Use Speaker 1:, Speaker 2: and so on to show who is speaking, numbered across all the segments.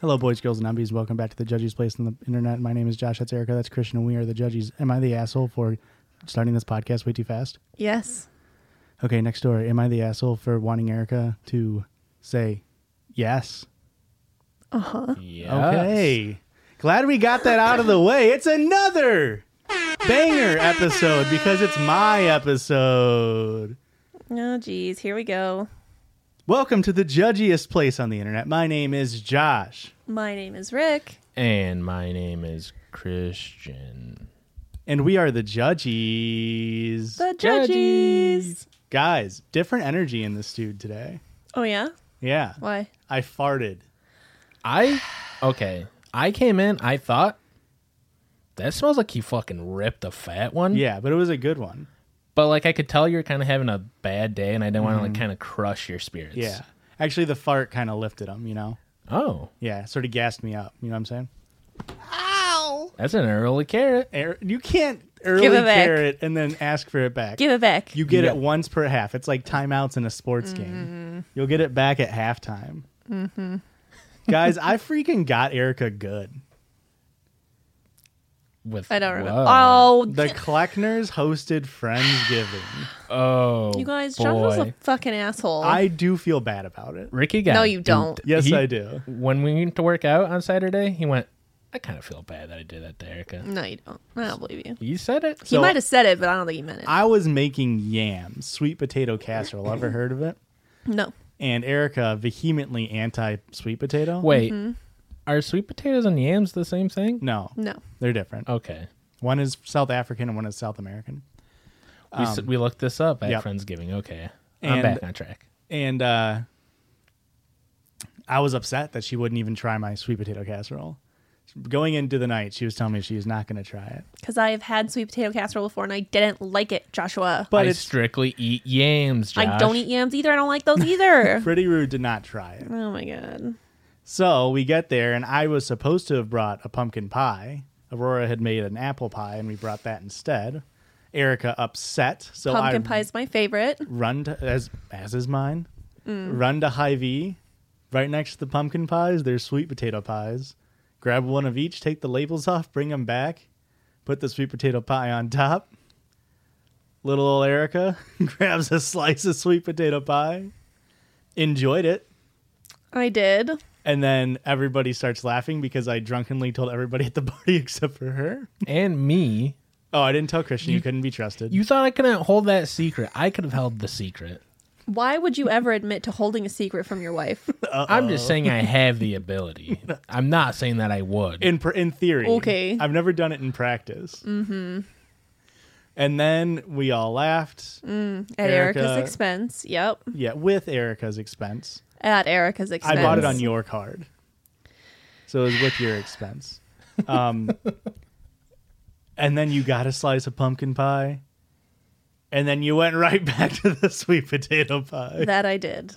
Speaker 1: Hello, boys, girls, and umbies. Welcome back to the Judges Place on the Internet. My name is Josh. That's Erica. That's Christian, and we are the Judges. Am I the asshole for starting this podcast way too fast?
Speaker 2: Yes.
Speaker 1: Okay, next door. Am I the asshole for wanting Erica to say yes? Okay. Glad we got that out of the way. It's another banger episode because it's my episode.
Speaker 2: Oh, geez. Here we go.
Speaker 1: Welcome to the judgiest place on the internet. My name is Josh.
Speaker 2: My name is Rick.
Speaker 3: And my name is Christian.
Speaker 1: And we are the judges.
Speaker 2: The judges.
Speaker 1: Guys, different energy in this dude today.
Speaker 2: Oh, yeah?
Speaker 1: Yeah.
Speaker 2: Why?
Speaker 1: I farted.
Speaker 3: I okay. I came in, I thought that smells like you fucking ripped a fat one.
Speaker 1: Yeah, but it was a good one.
Speaker 3: But like I could tell you're kinda having a bad day and I didn't want to like kinda crush your spirits.
Speaker 1: Mm-hmm. Yeah. Actually, the fart kind of lifted him, you know?
Speaker 3: Oh.
Speaker 1: Yeah, sort of gassed me up. You know what I'm saying?
Speaker 3: That's an early carrot.
Speaker 1: Er- you can't early
Speaker 2: it back.
Speaker 1: care it and then ask for it back.
Speaker 2: Give it back. Mm-hmm.
Speaker 1: you get
Speaker 3: Yeah.
Speaker 1: it once per half. It's like timeouts in a sports game. You'll get it back at halftime. Mm-hmm. Guys, I freaking got Erica good.
Speaker 3: With
Speaker 2: I don't remember.
Speaker 3: Whoa.
Speaker 2: Oh,
Speaker 1: The Kleckners hosted Friendsgiving.
Speaker 3: Oh.
Speaker 2: you guys, Josh was
Speaker 3: boy.
Speaker 2: a fucking asshole.
Speaker 1: I do feel bad about it.
Speaker 3: Ricky got
Speaker 2: No, you
Speaker 3: duped.
Speaker 2: don't.
Speaker 1: Yes,
Speaker 3: He-
Speaker 1: I do.
Speaker 3: When we went to work out on Saturday, he went, I kind of feel bad that I did that to Erica.
Speaker 2: no, you don't. I don't believe you.
Speaker 3: You said it.
Speaker 2: he might have said it, but I don't think he meant it.
Speaker 1: I was making yams, sweet potato casserole. Ever heard of it?
Speaker 2: no.
Speaker 1: And Erica vehemently anti sweet potato.
Speaker 3: Wait.
Speaker 2: Mm-hmm.
Speaker 3: Are sweet potatoes and yams the same thing?
Speaker 1: no,
Speaker 2: No.
Speaker 1: they're different.
Speaker 3: Okay.
Speaker 1: One is South African and one is South American.
Speaker 3: We, s- we looked this up at
Speaker 1: Um, yep.
Speaker 3: Friendsgiving. Okay.
Speaker 1: And-
Speaker 3: I'm back on track.
Speaker 1: And uh, I was upset that she wouldn't even try my sweet potato casserole. Going into the night, she was telling me she was not going to try it.
Speaker 2: Because I have had sweet potato casserole before and I didn't like it, Joshua.
Speaker 1: But
Speaker 3: I
Speaker 1: it's
Speaker 3: strictly eat yams, Josh.
Speaker 2: I don't eat yams either. I don't like those either.
Speaker 1: pretty rude to not try it.
Speaker 2: oh, my God.
Speaker 1: So we get there, and I was supposed to have brought a pumpkin pie. Aurora had made an apple pie, and we brought that instead. Erica upset, so
Speaker 2: Pumpkin
Speaker 1: I
Speaker 2: pie is my favorite.
Speaker 1: run to as as is mine. Run to Hy-Vee. Right next to the pumpkin pies, there's sweet potato pies. Grab one of each, take the labels off, bring them back, put the sweet potato pie on top. Little old Erica grabs a slice of sweet potato pie, enjoyed it,
Speaker 2: I did.
Speaker 1: and then everybody starts laughing because I drunkenly told everybody at the party except for her.
Speaker 3: And me.
Speaker 1: Oh, I didn't tell Christian you, couldn't be trusted.
Speaker 3: You thought I couldn't hold that secret. I could have held the secret.
Speaker 2: Why would you ever admit to holding a secret from your wife?
Speaker 3: I'm just saying I have the ability. I'm not saying that I would.
Speaker 1: in pr- in theory.
Speaker 2: Okay.
Speaker 1: I've never done it in practice. Mm-hmm. And then we all laughed.
Speaker 2: At
Speaker 1: Erica-
Speaker 2: Erica's expense. Yep.
Speaker 1: Yeah, with Erica's expense.
Speaker 2: At Erica's expense.
Speaker 1: I bought it on your card, so it was with your expense. Um, and then you got a slice of pumpkin pie, and then you went right back to the sweet potato pie.
Speaker 2: That I did.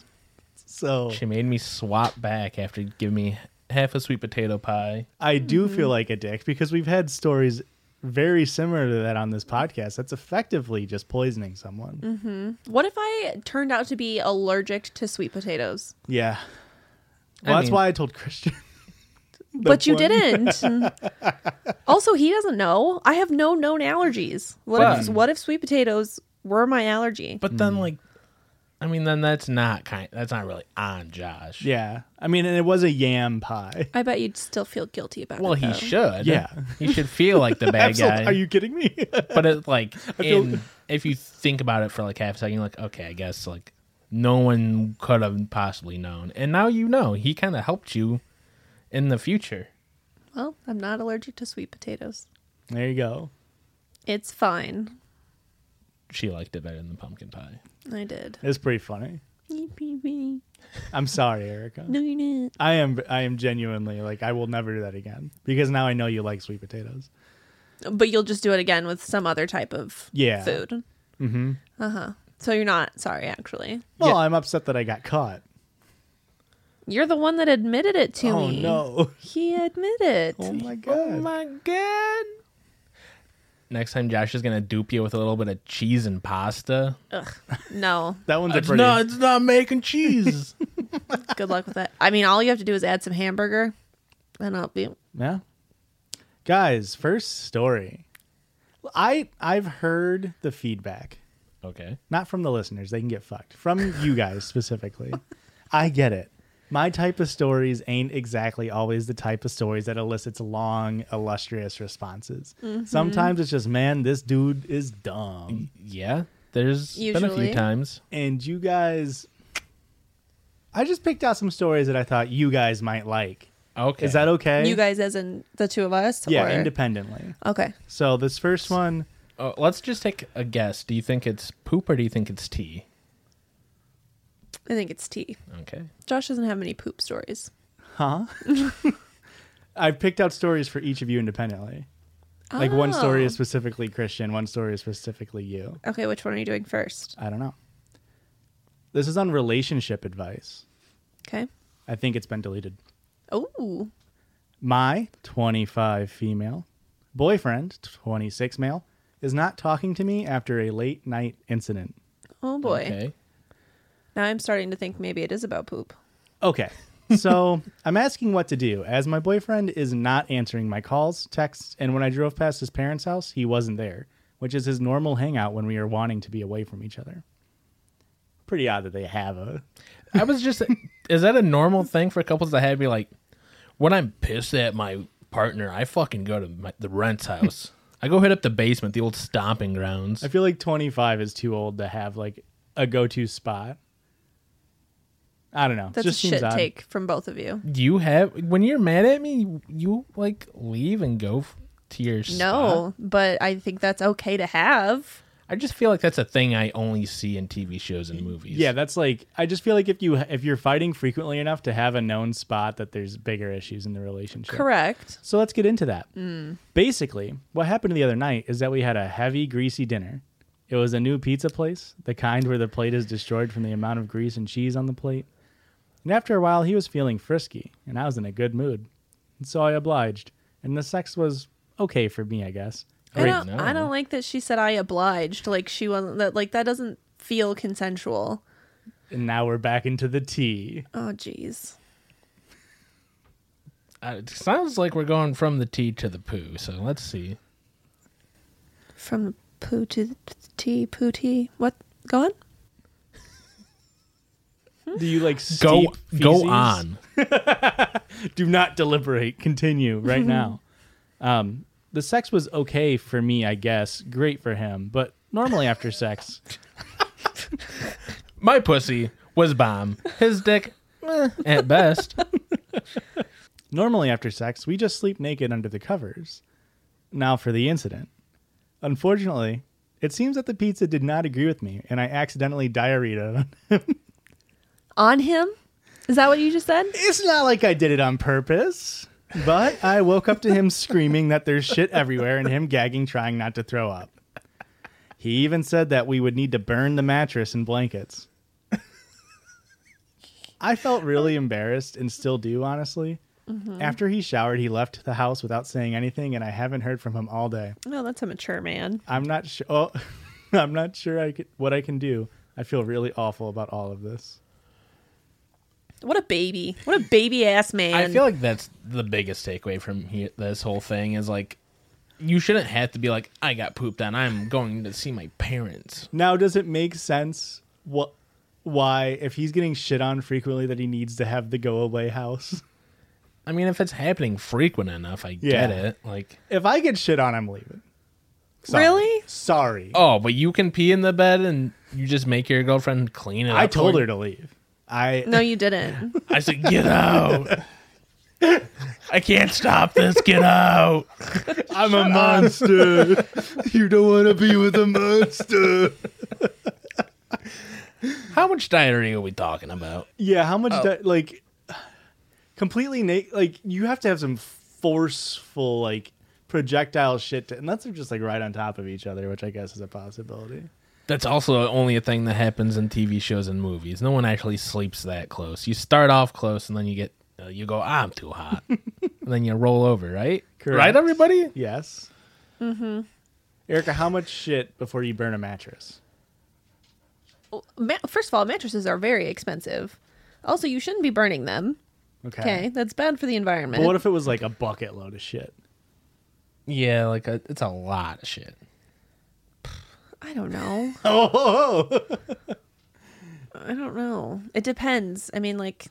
Speaker 1: So
Speaker 3: she made me swap back after giving me half a sweet potato pie.
Speaker 1: I do feel like a dick because we've had stories very similar to that on this podcast. That's effectively just poisoning someone.
Speaker 2: What if I turned out to be allergic to sweet potatoes?
Speaker 1: Yeah.
Speaker 3: I
Speaker 1: Well, that's
Speaker 3: mean-
Speaker 1: why I told Christian.
Speaker 2: but you
Speaker 1: one.
Speaker 2: didn't. also, he doesn't know. I have no known allergies. What if
Speaker 3: But-
Speaker 2: what if sweet potatoes were my allergy?
Speaker 3: But then like Hmm. I mean then that's not kind that's not really on Josh.
Speaker 1: Yeah. I mean, and it was a yam pie.
Speaker 2: I bet you'd still feel guilty about
Speaker 3: Well
Speaker 2: it.
Speaker 3: he
Speaker 2: though.
Speaker 3: should.
Speaker 1: Yeah.
Speaker 3: He should feel like the bad
Speaker 1: Absol-
Speaker 3: guy.
Speaker 1: Are you kidding me?
Speaker 3: but it like
Speaker 1: feel-
Speaker 3: in, if you think about it for like half a second, you're like, okay, I guess like no one could have possibly known. And now you know. He kind of helped you in the future.
Speaker 2: Well, I'm not allergic to sweet potatoes.
Speaker 1: There you go.
Speaker 2: It's fine.
Speaker 3: She liked it better than the pumpkin pie.
Speaker 2: I did.
Speaker 1: It's pretty funny.
Speaker 2: No,
Speaker 1: I'm sorry, Erica.
Speaker 2: you're not.
Speaker 1: I am I am genuinely like I will never do that again because now I know you like sweet potatoes.
Speaker 2: But you'll just do it again with some other type of
Speaker 1: Yeah.
Speaker 2: food. Mm-hmm. Uh huh. So you're not sorry, actually.
Speaker 1: Well,
Speaker 3: Yeah.
Speaker 1: I'm upset that I got caught.
Speaker 2: You're the one that admitted it to
Speaker 1: Oh
Speaker 2: me.
Speaker 1: no.
Speaker 2: He admitted.
Speaker 1: Oh my god.
Speaker 3: my god. Next time Josh is gonna dupe you with a little bit of cheese and pasta.
Speaker 2: No.
Speaker 1: That one's a
Speaker 3: It's
Speaker 1: pretty
Speaker 3: not it's not making cheese.
Speaker 2: Good luck with that. I mean, all you have to do is add some hamburger, and I'll be.
Speaker 1: Yeah. Guys, first story. I I've heard the feedback.
Speaker 3: okay.
Speaker 1: Not from the listeners, they can get fucked. From you guys specifically. I get it. My type of stories ain't exactly always the type of stories that elicits long, illustrious responses.
Speaker 2: Mm-hmm.
Speaker 1: Sometimes it's just, man, this dude is dumb.
Speaker 3: Yeah. there's been a few
Speaker 2: Usually.
Speaker 3: times.
Speaker 1: And you guys I just picked out some stories that I thought you guys might like.
Speaker 3: Okay.
Speaker 1: Is that okay?
Speaker 2: You guys, as in the two of us?
Speaker 1: Yeah,
Speaker 2: or-
Speaker 1: independently.
Speaker 2: Okay.
Speaker 1: So this first one
Speaker 3: Oh, let's just take a guess. Do you think it's poop or do you think it's tea?
Speaker 2: I think it's tea.
Speaker 3: Okay.
Speaker 2: Josh doesn't have many poop stories.
Speaker 1: Huh? I've picked out stories for each of you independently. Like one story
Speaker 2: Oh.
Speaker 1: is specifically Christian, one story is specifically you.
Speaker 2: Okay, which one are you doing first?
Speaker 1: I don't know. This is on relationship advice.
Speaker 2: Okay.
Speaker 1: I think it's been deleted.
Speaker 2: Oh,
Speaker 1: My 25 female boyfriend, 26 male, is not talking to me after a late night incident.
Speaker 2: oh boy.
Speaker 3: Okay.
Speaker 2: Now I'm starting to think maybe it is about poop.
Speaker 1: Okay. So I'm asking what to do as my boyfriend is not answering my calls, texts, and when I drove past his parents' house, he wasn't there, which is his normal hangout when we are wanting to be away from each other. Pretty odd that they have a.
Speaker 3: I was just is that a normal thing for couples to have be like when I'm pissed at my partner, I fucking go to my, the rent's house. I go hit up the basement, the old stomping grounds.
Speaker 1: I feel like 25 is too old to have like a go to spot. I don't know.
Speaker 2: That's
Speaker 1: Just
Speaker 2: a
Speaker 1: seems
Speaker 2: shit
Speaker 1: odd.
Speaker 2: take from both of you.
Speaker 3: You have when you're mad at me, you, you like leave and go f- to your spot?
Speaker 2: No, but I think that's okay to have.
Speaker 3: I just feel like that's a thing I only see in TV shows and movies.
Speaker 1: Yeah, that's like I just feel like if you if you're fighting frequently enough to have a known spot that there's bigger issues in the relationship.
Speaker 2: Correct.
Speaker 1: So let's get into that. Basically, what happened the other night is that we had a heavy, greasy dinner. It was a new pizza place, the kind where the plate is destroyed from the amount of grease and cheese on the plate. And after a while, he was feeling frisky, and I was in a good mood. And so I obliged, and the sex was okay for me, I guess.
Speaker 2: I
Speaker 3: Right
Speaker 2: don't.
Speaker 3: now.
Speaker 2: I don't like that she said I obliged. Like she wasn't. That like that doesn't feel consensual.
Speaker 1: And now we're back into the tea.
Speaker 2: Oh, jeez.
Speaker 3: Uh, it sounds like we're going from the tea to the poo. So let's see.
Speaker 2: From the poo to the tea, poo tea. What? Go on.
Speaker 1: Do you like
Speaker 3: Go
Speaker 1: steep feces?
Speaker 3: go on.
Speaker 1: do not deliberate. Continue right now. Um, the sex was okay for me, I guess. Great for him, but normally after sex,
Speaker 3: My pussy was bomb. His dick eh, at best.
Speaker 1: normally after sex, we just sleep naked under the covers. Now for the incident. Unfortunately, it seems that the pizza did not agree with me, and I accidentally diarrhea. it on-
Speaker 2: On him. Is that what you just said?
Speaker 1: It's not like I did it on purpose, but I woke up to him screaming that there's shit everywhere and him gagging, trying not to throw up. He even said that we would need to burn the mattress and blankets. I felt really embarrassed and still do, honestly. After he showered, he left the house without saying anything, and I haven't heard from him all day.
Speaker 2: No, that's a mature man.
Speaker 1: I'm not sure. Oh, I'm not sure I could, what I can do. I feel really awful about all of this.
Speaker 2: What a baby. What a baby ass man.
Speaker 3: I feel like that's the biggest takeaway from here, this whole thing is like you shouldn't have to be like I got pooped on. I'm going to see my parents.
Speaker 1: Now, does it make sense what why if he's getting shit on frequently that he needs to have the go away house?
Speaker 3: I mean, if it's happening frequent enough, I
Speaker 1: Yeah.
Speaker 3: get it. Like
Speaker 1: If I get shit on, I'm leaving. Sorry.
Speaker 2: Really?
Speaker 1: Sorry.
Speaker 3: Oh, but you can pee in the bed and you just make your girlfriend clean it.
Speaker 1: I
Speaker 3: up
Speaker 1: told
Speaker 3: for
Speaker 1: her
Speaker 3: you?
Speaker 1: to leave. I
Speaker 2: No, you didn't.
Speaker 3: I said, "Get out! I can't stop this. Get out!"
Speaker 1: I'm a monster. you don't want to be with a monster.
Speaker 3: How much diarrhea are we talking about?
Speaker 1: Yeah, how much di- like completely na- like you have to have some forceful like projectile shit to- unless they're just like right on top of each other, which I guess is a possibility.
Speaker 3: That's also only a thing that happens in TV shows and movies. No one actually sleeps that close. You start off close, and then you get uh, you go, "I'm too hot," and then you roll over, right?
Speaker 1: Correct.
Speaker 3: Right, everybody.
Speaker 1: Yes. Mm-hmm. Erica, how much shit before you burn a mattress?
Speaker 2: Ma- First of all, mattresses are very expensive. Also, you shouldn't be burning them. Okay, that's bad for the environment.
Speaker 1: But what if it was like a bucket load of shit?
Speaker 3: Yeah, like a, it's a lot of shit.
Speaker 2: I don't know.
Speaker 1: Oh,
Speaker 2: I don't know. It depends. I mean, like,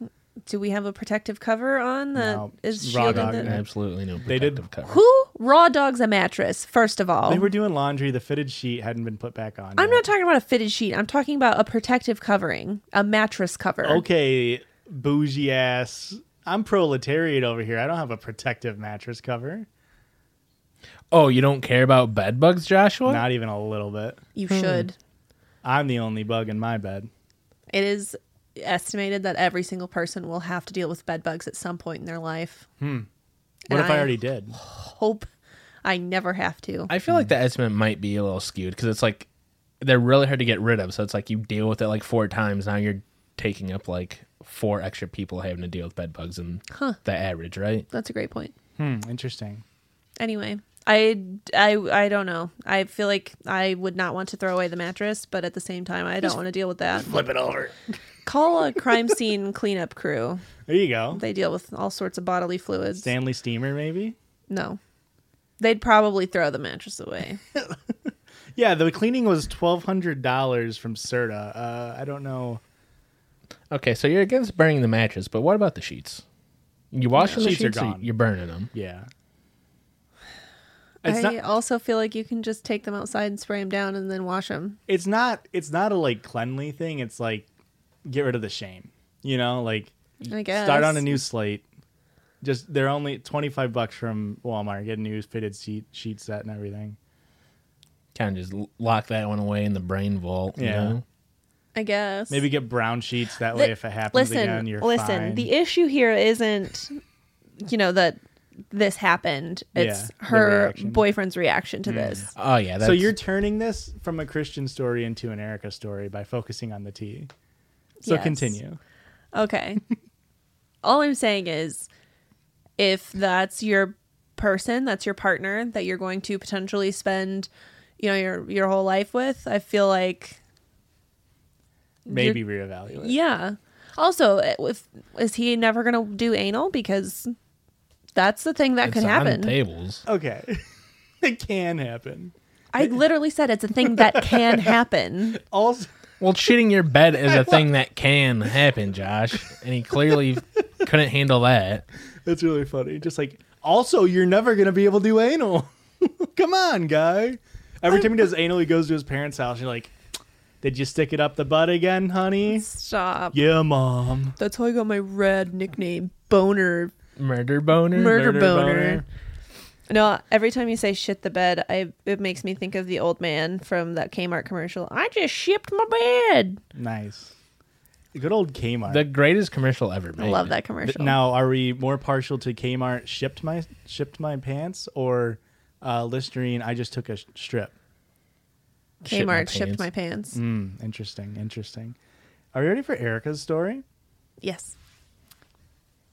Speaker 2: do we have a protective cover on that
Speaker 1: No,
Speaker 2: is
Speaker 1: raw
Speaker 2: shielding
Speaker 1: dog
Speaker 2: the-
Speaker 1: night.
Speaker 3: Absolutely no
Speaker 1: They did-
Speaker 3: protective cover.
Speaker 2: Who raw dogs a mattress? First of all,
Speaker 1: they were doing laundry. The fitted sheet hadn't been put back on.
Speaker 2: I'm
Speaker 1: yet.
Speaker 2: not talking about a fitted sheet. I'm talking about a protective covering, a mattress cover.
Speaker 1: okay, bougie ass. I'm proletariat over here. I don't have a protective mattress cover.
Speaker 3: Oh, you don't care about bed bugs, Joshua?
Speaker 1: Not even a little bit.
Speaker 2: You should.
Speaker 1: I'm the only bug in my bed.
Speaker 2: It is estimated that every single person will have to deal with bed bugs at some point in their life.
Speaker 1: Hmm. What
Speaker 2: And
Speaker 1: if I
Speaker 2: I-
Speaker 1: already did?
Speaker 2: Hope I never have to.
Speaker 3: I
Speaker 1: Mm.
Speaker 3: feel like the estimate might be a little skewed because it's like they're really hard to get rid of. So it's like you deal with it like four times. Now you're taking up like four extra people having to deal with bed bugs and the average, right?
Speaker 2: That's a great point.
Speaker 1: Hmm, interesting.
Speaker 2: Anyway, I, I, I don't know. I feel like I would not want to throw away the mattress, but at the same time, I don't want to deal with that.
Speaker 1: Flip it over.
Speaker 2: Call a crime scene cleanup crew.
Speaker 1: There you go.
Speaker 2: They deal with all sorts of bodily fluids.
Speaker 1: Stanley Steamer, maybe?
Speaker 2: No. They'd probably throw the mattress away.
Speaker 1: Yeah, the cleaning was $1,200 from Serta. Uh, I don't know.
Speaker 3: Okay, so you're against burning the mattress, but what about the sheets? You wash the
Speaker 1: Sheets
Speaker 3: sheets,
Speaker 1: are
Speaker 3: or
Speaker 1: gone.
Speaker 3: you're burning them.
Speaker 1: Yeah. It's
Speaker 2: I
Speaker 1: not
Speaker 2: also feel like you can just take them outside and spray them down and then wash them.
Speaker 1: it's not it's not a like cleanly thing. It's like get rid of the shame. You know, like
Speaker 2: I guess.
Speaker 1: start on a new slate. Just they're only 25 bucks from Walmart. Get a new fitted sheet sheet set and everything.
Speaker 3: Kind of just l- lock that one away in the brain vault. You
Speaker 1: Yeah.
Speaker 3: know?
Speaker 2: I guess.
Speaker 1: Maybe get brown sheets that
Speaker 2: The-
Speaker 1: way if it happens
Speaker 2: listen,
Speaker 1: again you're
Speaker 2: listen.
Speaker 1: fine.
Speaker 2: The issue here isn't, you know, that this happened. It's
Speaker 1: Yeah, the
Speaker 2: her
Speaker 1: reaction. Mm.
Speaker 2: boyfriend's reaction to this.
Speaker 3: Oh yeah. That's,
Speaker 1: so you're turning this from a Christian story into an Erica story by focusing on the tea. So
Speaker 2: Yes.
Speaker 1: continue.
Speaker 2: Okay. All I'm saying is, if that's your person, that's your partner that you're going to potentially spend, you know, your your whole life with, I feel like
Speaker 1: Maybe reevaluate.
Speaker 2: Yeah. Also, if, is he never going to do anal? Because that's the thing that
Speaker 3: it's
Speaker 2: could
Speaker 3: on
Speaker 2: happen.
Speaker 3: tables.
Speaker 1: Okay. it can happen.
Speaker 2: I literally said it's a thing that can happen.
Speaker 1: Also
Speaker 3: Well, shitting your bed is a thing that can happen, Josh, and he clearly couldn't handle that.
Speaker 1: That's really funny. Just like, also, you're never gonna be able to do anal. Come on, guy. Every time he does anal, he goes to his parents' house. You're like, did you stick it up the butt again, honey?
Speaker 2: Stop.
Speaker 1: Yeah, mom.
Speaker 2: That's how I got my rad nickname, Boner.
Speaker 3: Murder boner.
Speaker 2: Murder boner.
Speaker 1: boner.
Speaker 2: No, every time you say shit the bed, I it makes me think of the old man from that Kmart commercial. I just shipped my bed.
Speaker 1: Nice. Good old Kmart.
Speaker 3: The greatest commercial ever made.
Speaker 2: I love that commercial.
Speaker 1: now, are we more partial to Kmart shipped my shipped my pants or uh, Listerine? I just took a sh- strip.
Speaker 3: Shit my
Speaker 2: Kmart shipped
Speaker 3: pants. Mm.
Speaker 2: my pants.
Speaker 1: Hmm, interesting, interesting. Are you ready for Erica's story?
Speaker 2: Yes.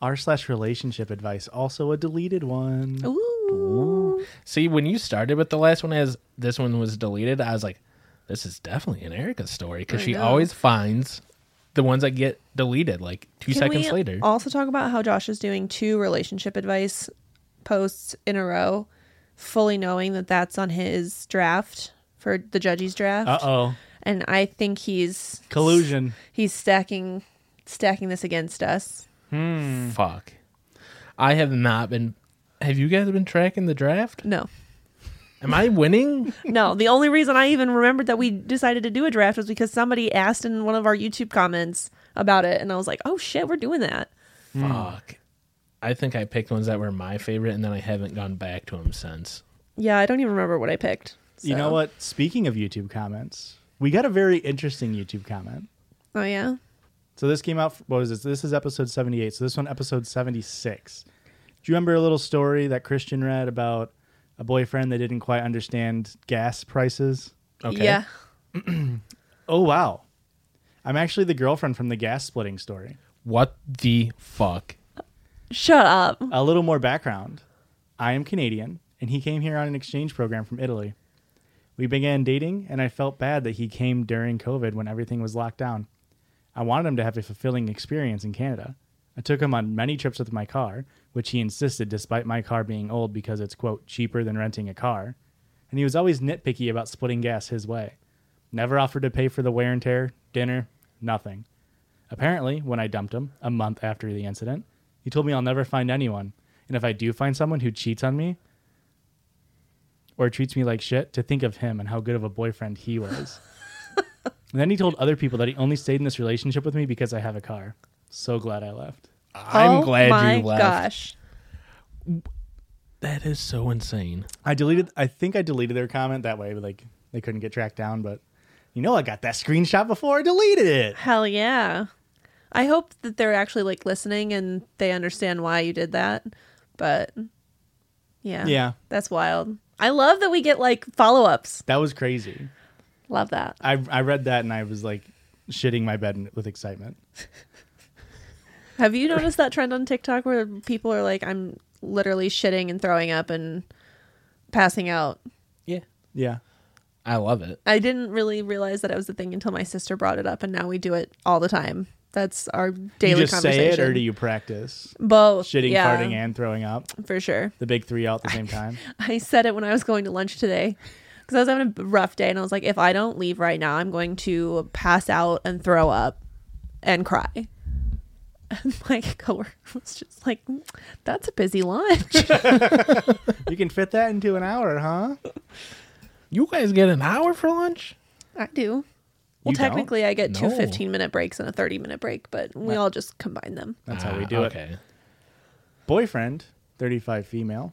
Speaker 1: R slash relationship advice, also a deleted one.
Speaker 2: Ooh.
Speaker 3: See, when you started with the last one as this one was deleted, I was like, this is definitely an Erica story because
Speaker 2: I
Speaker 3: she
Speaker 2: know.
Speaker 3: always finds the ones that get deleted like two
Speaker 2: Can
Speaker 3: seconds
Speaker 2: we
Speaker 3: later.
Speaker 2: Also, talk about how Josh is doing two relationship advice posts in a row, fully knowing that that's on his draft for the judge's draft.
Speaker 1: Uh oh.
Speaker 2: And I think he's
Speaker 1: Collusion.
Speaker 2: He's stacking stacking this against us.
Speaker 3: Fuck. I have not been. Have you guys been tracking the draft?
Speaker 2: No,
Speaker 3: Am I winning?
Speaker 2: No, the only reason I even remembered that we decided to do a draft was because somebody asked in one of our YouTube comments about it, and I was like, "Oh shit, we're doing that." Hmm.
Speaker 3: Fuck. I think I picked ones that were my favorite, and then I haven't gone back to them since.
Speaker 2: Yeah, I don't even remember what I picked.
Speaker 1: You know
Speaker 2: so-
Speaker 1: what? Speaking of YouTube comments, we got a very interesting YouTube comment.
Speaker 2: Oh yeah,
Speaker 1: So this came out. What was this? This is episode seventy-eight. So this one, episode seventy-six. Do you remember a little story that Christian read about a boyfriend that didn't quite understand gas prices?
Speaker 3: Okay.
Speaker 2: yeah.
Speaker 1: Oh wow! I'm actually the girlfriend from the gas splitting story.
Speaker 3: What the fuck?
Speaker 2: Shut up.
Speaker 1: A little more background. I am Canadian, and he came here on an exchange program from Italy. We began dating, and I felt bad that he came during COVID when everything was locked down. I wanted him to have a fulfilling experience in Canada. I took him on many trips with my car, which he insisted despite my car being old because it's, quote, cheaper than renting a car. And he was always nitpicky about splitting gas his way. Never offered to pay for the wear and tear, dinner, nothing. Apparently, when I dumped him a month after the incident, he told me I'll never find anyone. And if I do find someone who cheats on me or treats me like shit, to think of him and how good of a boyfriend he was. and then he told other people that he only stayed in this relationship with me because I have a car. So glad I left.
Speaker 3: I'm
Speaker 2: oh
Speaker 3: glad
Speaker 2: my
Speaker 3: you left.
Speaker 2: gosh.
Speaker 3: That is so insane.
Speaker 1: I deleted, I think I deleted their comment that way, but like they couldn't get tracked down. But you know, I got that screenshot before I deleted it.
Speaker 2: Hell yeah. I hope that they're actually like listening and they understand why you did that. But yeah.
Speaker 1: Yeah.
Speaker 2: That's wild. I love that we get like follow ups.
Speaker 1: That was crazy.
Speaker 2: Love that.
Speaker 1: I, I read that and I was like shitting my bed with excitement.
Speaker 2: Have you noticed that trend on TikTok where people are like, I'm literally shitting and throwing up and passing out?
Speaker 3: Yeah.
Speaker 1: Yeah.
Speaker 3: I love it.
Speaker 2: I didn't really realize that it was a thing until my sister brought it up, and now we do it all the time. That's our daily
Speaker 1: you just
Speaker 2: conversation.
Speaker 1: say it or do you practice
Speaker 2: Both.
Speaker 1: shitting
Speaker 2: yeah,
Speaker 1: farting and throwing up
Speaker 2: For sure.
Speaker 1: the big three all at the same time
Speaker 2: I said it when I was going to lunch today because I was having a rough day and I was like, if I don't leave right now, I'm going to pass out and throw up and cry. And my coworker was just like, that's a busy lunch.
Speaker 1: you can fit that into an hour huh
Speaker 3: You guys get an hour for lunch?
Speaker 2: I do. Well,
Speaker 1: You don't?
Speaker 2: technically, I get two
Speaker 3: No.
Speaker 2: 15 minute breaks and a 30 minute break, but we all just combine them.
Speaker 1: that's
Speaker 3: Ah,
Speaker 1: how we do it
Speaker 3: Okay.
Speaker 1: boyfriend 35 female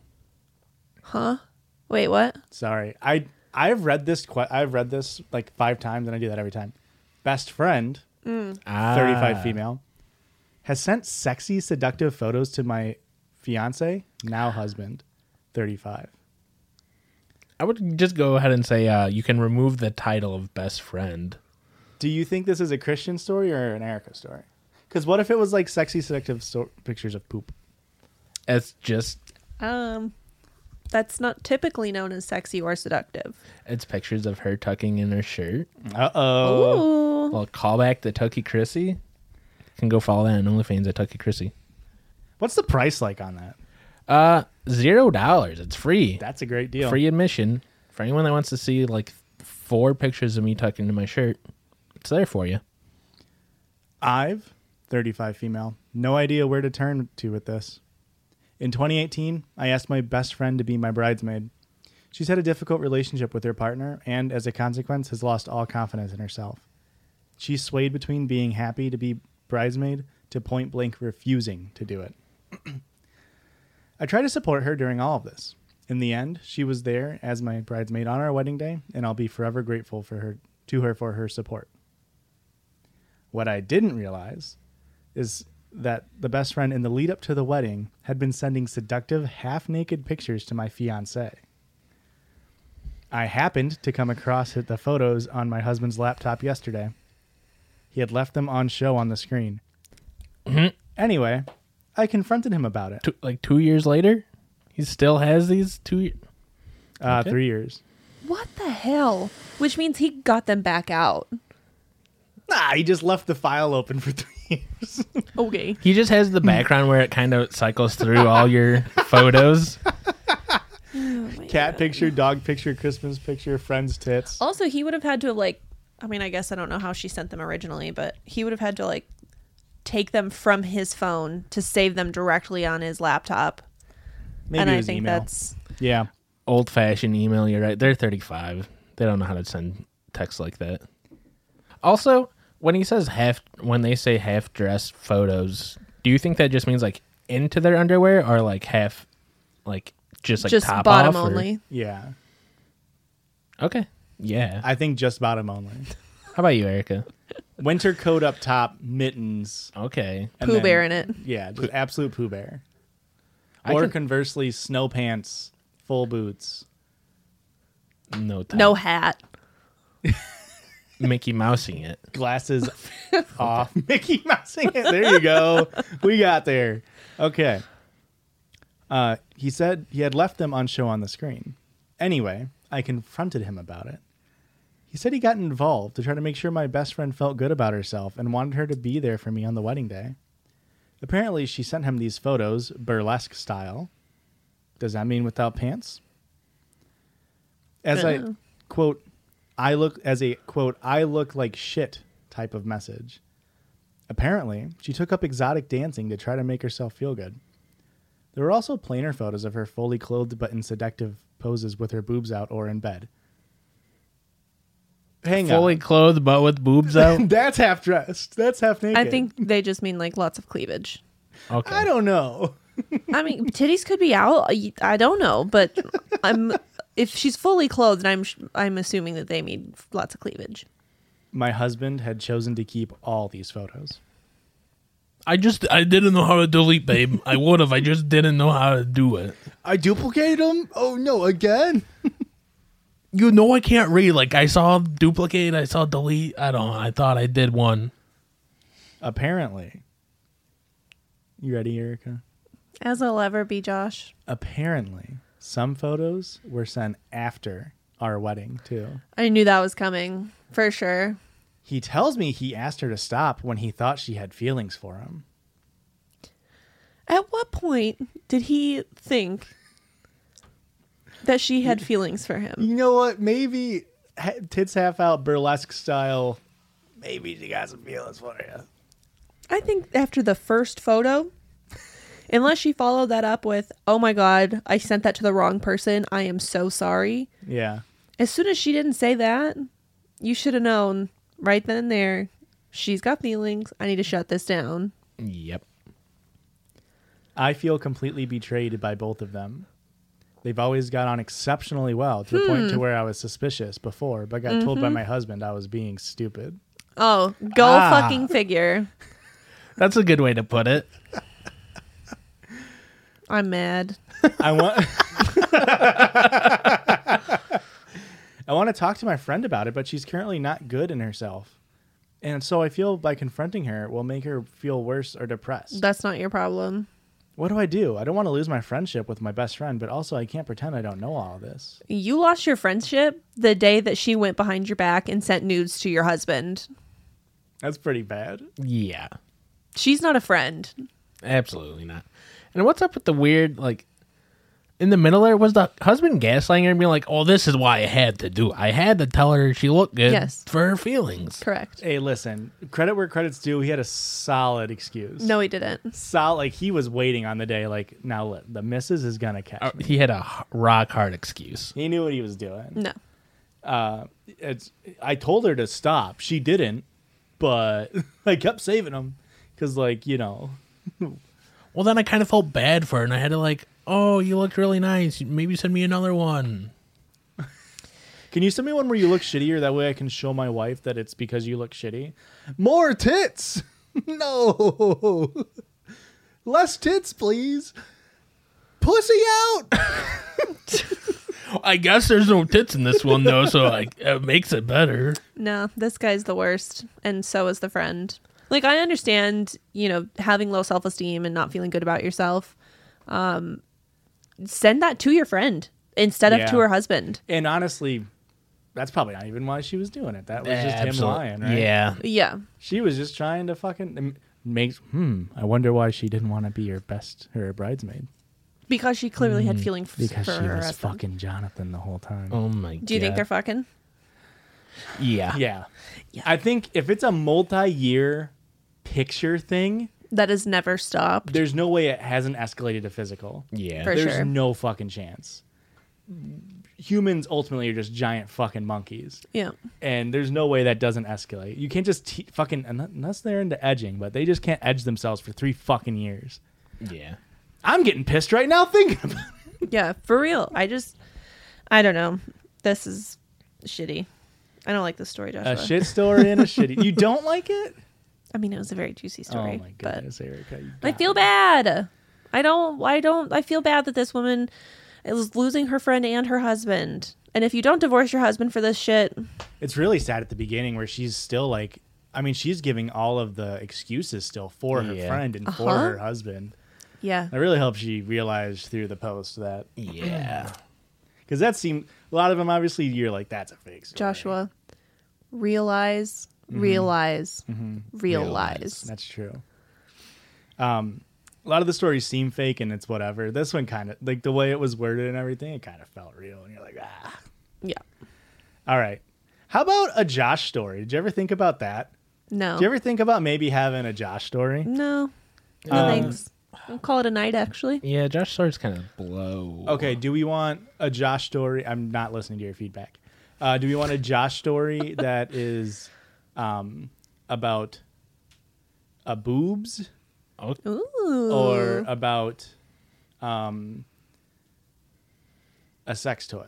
Speaker 2: Wait, what?
Speaker 1: sorry i i've read this que- i've read this like five times and i do that every time best friend 35 female has sent sexy seductive photos to my fiance now husband 35
Speaker 3: I would just go ahead and say uh, you can remove the title of best friend.
Speaker 1: do you think this is a christian story or an erica story because what if it was like sexy seductive so- pictures of poop
Speaker 3: It's just
Speaker 2: Um, that's not typically known as sexy or seductive.
Speaker 3: it's pictures of her tucking in her shirt.
Speaker 2: Oh.
Speaker 1: uh-oh
Speaker 2: Ooh.
Speaker 3: Well, call back the Tucky Chrissy. Can go follow that on OnlyFans at Tucky Chrissy.
Speaker 1: What's the price like on that?
Speaker 3: Uh, zero dollars. It's free.
Speaker 1: That's a great deal.
Speaker 3: Free admission for anyone that wants to see like four pictures of me tucked into my shirt. It's there for you.
Speaker 1: I've 35 female. No idea where to turn to with this. In 2018, I asked my best friend to be my bridesmaid. She's had a difficult relationship with her partner and as a consequence has lost all confidence in herself. She swayed between being happy to be bridesmaid to point blank refusing to do it. I try to support her during all of this. In the end, she was there as my bridesmaid on our wedding day, and I'll be forever grateful for her to her for her support. What I didn't realize is that the best friend in the lead up to the wedding had been sending seductive half naked pictures to my fiance. I happened to come across it- the photos on my husband's laptop yesterday. He had left them on show on the screen. Anyway, I confronted him about it.
Speaker 3: Two, like two years later, he still has these two. ye-
Speaker 1: Uh,
Speaker 3: Okay.
Speaker 1: Three years.
Speaker 2: What the hell? Which means he got them back out.
Speaker 1: Nah, he just left the file open for three years.
Speaker 2: Okay.
Speaker 3: He just has the background where it kind of cycles through all your photos.
Speaker 2: Oh
Speaker 1: Cat picture, dog picture, Christmas picture, friend's tits.
Speaker 2: Also, he would have had to have like I mean, I guess I don't know how she sent them originally, but he would have had to like take them from his phone to save them directly on his laptop.
Speaker 1: Maybe
Speaker 2: and
Speaker 1: it
Speaker 2: I
Speaker 1: was
Speaker 2: think
Speaker 1: email.
Speaker 2: that's
Speaker 1: Yeah.
Speaker 3: old fashioned email. You're right. They're 35. They don't know how to send texts like that. Also, when he says half, when they say half dressed photos, do you think that just means like into their underwear or like half, like just like
Speaker 2: just
Speaker 3: top
Speaker 2: bottom
Speaker 3: off or-
Speaker 2: only.
Speaker 1: Yeah.
Speaker 3: Okay. Yeah.
Speaker 1: I think just bottom only.
Speaker 3: How about you, Erica?
Speaker 1: Winter coat up top, mittens.
Speaker 3: Okay.
Speaker 1: and
Speaker 2: Pooh
Speaker 1: then-
Speaker 2: Bear in it.
Speaker 1: Yeah, just absolute Pooh Bear.
Speaker 3: I
Speaker 1: or
Speaker 3: can-
Speaker 1: conversely, snow pants, full boots.
Speaker 3: No time.
Speaker 2: No hat.
Speaker 3: Mickey Mousing it.
Speaker 1: glasses off. Mickey Mousing it. There you go. We got there. Okay. Uh, he said he had left them on show on the screen. Anyway, I confronted him about it. He said he got involved to try to make sure my best friend felt good about herself and wanted her to be there for me on the wedding day. Apparently, she sent him these photos, burlesque style. Does that mean without pants? As I
Speaker 2: Uh-uh.
Speaker 1: quote, I look as a quote, I look like shit type of message. Apparently, she took up exotic dancing to try to make herself feel good. There were also plainer photos of her fully clothed but in seductive poses with her boobs out or in bed. Hang
Speaker 3: Fully
Speaker 1: on.
Speaker 3: clothed but with boobs out.
Speaker 1: That's half dressed. That's half naked.
Speaker 2: I think they just mean like lots of cleavage.
Speaker 3: Okay.
Speaker 1: I don't know.
Speaker 2: I mean, titties could be out. I- I don't know, but I'm if she's fully clothed, I'm sh- I'm assuming that they mean lots of cleavage.
Speaker 1: My husband had chosen to keep all these photos.
Speaker 3: I just I didn't know how to delete, babe. I would have. I just didn't know how to do it.
Speaker 1: I duplicated them? Oh no, again?
Speaker 3: You know I can't read. Like I saw duplicate, I saw delete. I don't. I thought I did one.
Speaker 1: Apparently. You ready, Erica?
Speaker 2: As I'll ever be, Josh.
Speaker 1: Apparently, some photos were sent after our wedding, too.
Speaker 2: I knew that was coming for sure.
Speaker 1: He tells me he asked her to stop when he thought she had feelings for him.
Speaker 2: At what point did he think that she had feelings for him?
Speaker 1: You know what? Maybe ha- tits half out burlesque style. Maybe she got some feelings for you.
Speaker 2: I think after the first photo, unless she followed that up with, "Oh my god, I sent that to the wrong person. I am so sorry."
Speaker 1: Yeah.
Speaker 2: As soon as she didn't say that, you should have known right then and there. She's got feelings. I need to shut this down.
Speaker 3: Yep.
Speaker 1: I feel completely betrayed by both of them. They've always got on exceptionally well to the point to where I was suspicious before, but got told by my husband I was being stupid.
Speaker 2: Oh, go
Speaker 1: Ah.
Speaker 2: fucking figure.
Speaker 3: That's a good way to put it.
Speaker 2: I'm mad.
Speaker 1: I want I want to talk to my friend about it, but she's currently not good in herself. And so I feel by confronting her will make her feel worse or depressed.
Speaker 2: That's not your problem.
Speaker 1: What do I do? I don't want to lose my friendship with my best friend, but also I can't pretend I don't know all this.
Speaker 2: You lost your friendship the day that she went behind your back and sent nudes to your husband.
Speaker 1: That's pretty bad.
Speaker 3: Yeah.
Speaker 2: She's not a friend.
Speaker 3: Absolutely not. And what's up with the weird like? In the middle there was the husband gaslighting her and being like, "Oh, this is why I had to do. It. I had to tell her she looked good
Speaker 2: Yes.
Speaker 3: for her feelings."
Speaker 2: Correct.
Speaker 1: Hey, listen, credit where credit's due. He had a solid excuse.
Speaker 2: No, he didn't.
Speaker 1: solid. Like he was waiting on the day. Like now, look, the missus is gonna catch me.
Speaker 3: Uh, He had a h- rock hard excuse.
Speaker 1: He knew what he was doing.
Speaker 2: No.
Speaker 1: It's. I told her to stop. She didn't, but I kept saving him because, like, you know,
Speaker 3: Well, then I kind of felt bad for her, and I had to like, "Oh, you looked really nice. Maybe send me another one."
Speaker 1: can you send me one where you look shittier? That way, I can show my wife that it's because you look shitty. More tits. no. Less tits, please. Pussy out.
Speaker 3: I guess there's no tits in this one though, so like it makes it better.
Speaker 2: No, this guy's the worst, and so is the friend. Like I understand, you know, having low self esteem and not feeling good about yourself. Um, send that to your friend instead of to
Speaker 1: Yeah.
Speaker 2: her husband.
Speaker 1: And honestly, that's probably not even why she was doing it. That was just
Speaker 3: Absolute-
Speaker 1: him lying, right?
Speaker 3: Yeah,
Speaker 2: Yeah,
Speaker 1: She was just trying to fucking m- makes. Hmm. I wonder why she didn't want to be her best, her bridesmaid,
Speaker 2: because she clearly had feelings f-
Speaker 1: Mm, because
Speaker 2: for
Speaker 1: she
Speaker 2: her
Speaker 1: was
Speaker 2: husband.
Speaker 1: fucking Jonathan the whole time.
Speaker 3: Oh my god.
Speaker 2: Do you think they're fucking?
Speaker 3: Yeah.
Speaker 1: Yeah. I think if it's a multi-year picture thing,
Speaker 2: That has never stopped.
Speaker 1: there's no way it hasn't escalated to physical.
Speaker 3: Yeah.
Speaker 2: For
Speaker 1: there's
Speaker 2: sure.
Speaker 1: no fucking chance. humans ultimately are just giant fucking monkeys
Speaker 2: Yeah.
Speaker 1: and there's no way that doesn't escalate. You can't just te- fucking un- unless they're into edging, but they just can't edge themselves for three fucking years.
Speaker 3: Yeah.
Speaker 1: I'm getting pissed right now thinking about. It.
Speaker 2: Yeah, for real. I just I don't know. This is shitty. I don't like this story, Joshua.
Speaker 1: A shit story and a shitty. You don't like it?
Speaker 2: I mean, it was a very juicy story,
Speaker 1: oh my
Speaker 2: but
Speaker 1: goodness, Erica. you
Speaker 2: I
Speaker 1: got
Speaker 2: feel
Speaker 1: me.
Speaker 2: bad. I don't. I don't. I feel bad that this woman is losing her friend and her husband. And if you don't divorce your husband for this shit,
Speaker 1: It's really sad at the beginning where she's still like, I mean, she's giving all of the excuses still for her
Speaker 3: Yeah.
Speaker 1: friend and for
Speaker 2: Uh-huh.
Speaker 1: her husband.
Speaker 2: yeah,
Speaker 1: I really hope she realized through the post that
Speaker 3: Yeah.
Speaker 1: because that seemed a lot of them. Obviously, you're like, that's a fake. story."
Speaker 2: Joshua, realize, realize, realize.
Speaker 3: Mm-hmm. Realize.
Speaker 1: That's true. Um, a lot of the stories seem fake and it's whatever. This one kind of like the way it was worded and everything, it kind of felt real. And you're like, ah,
Speaker 2: Yeah,
Speaker 1: all right. How about a Josh story? Did you ever think about that?
Speaker 2: no,
Speaker 1: Did you ever think about maybe having a Josh story?
Speaker 3: Um,
Speaker 2: no, no thanks. I'll call it a night. Actually,
Speaker 3: Yeah, Josh stories kind of blow.
Speaker 1: Okay, do we want a Josh story? I'm not listening to your feedback. Uh, do we want a Josh story that is um, about a boobs?
Speaker 2: ooh,
Speaker 1: or about um a sex toy.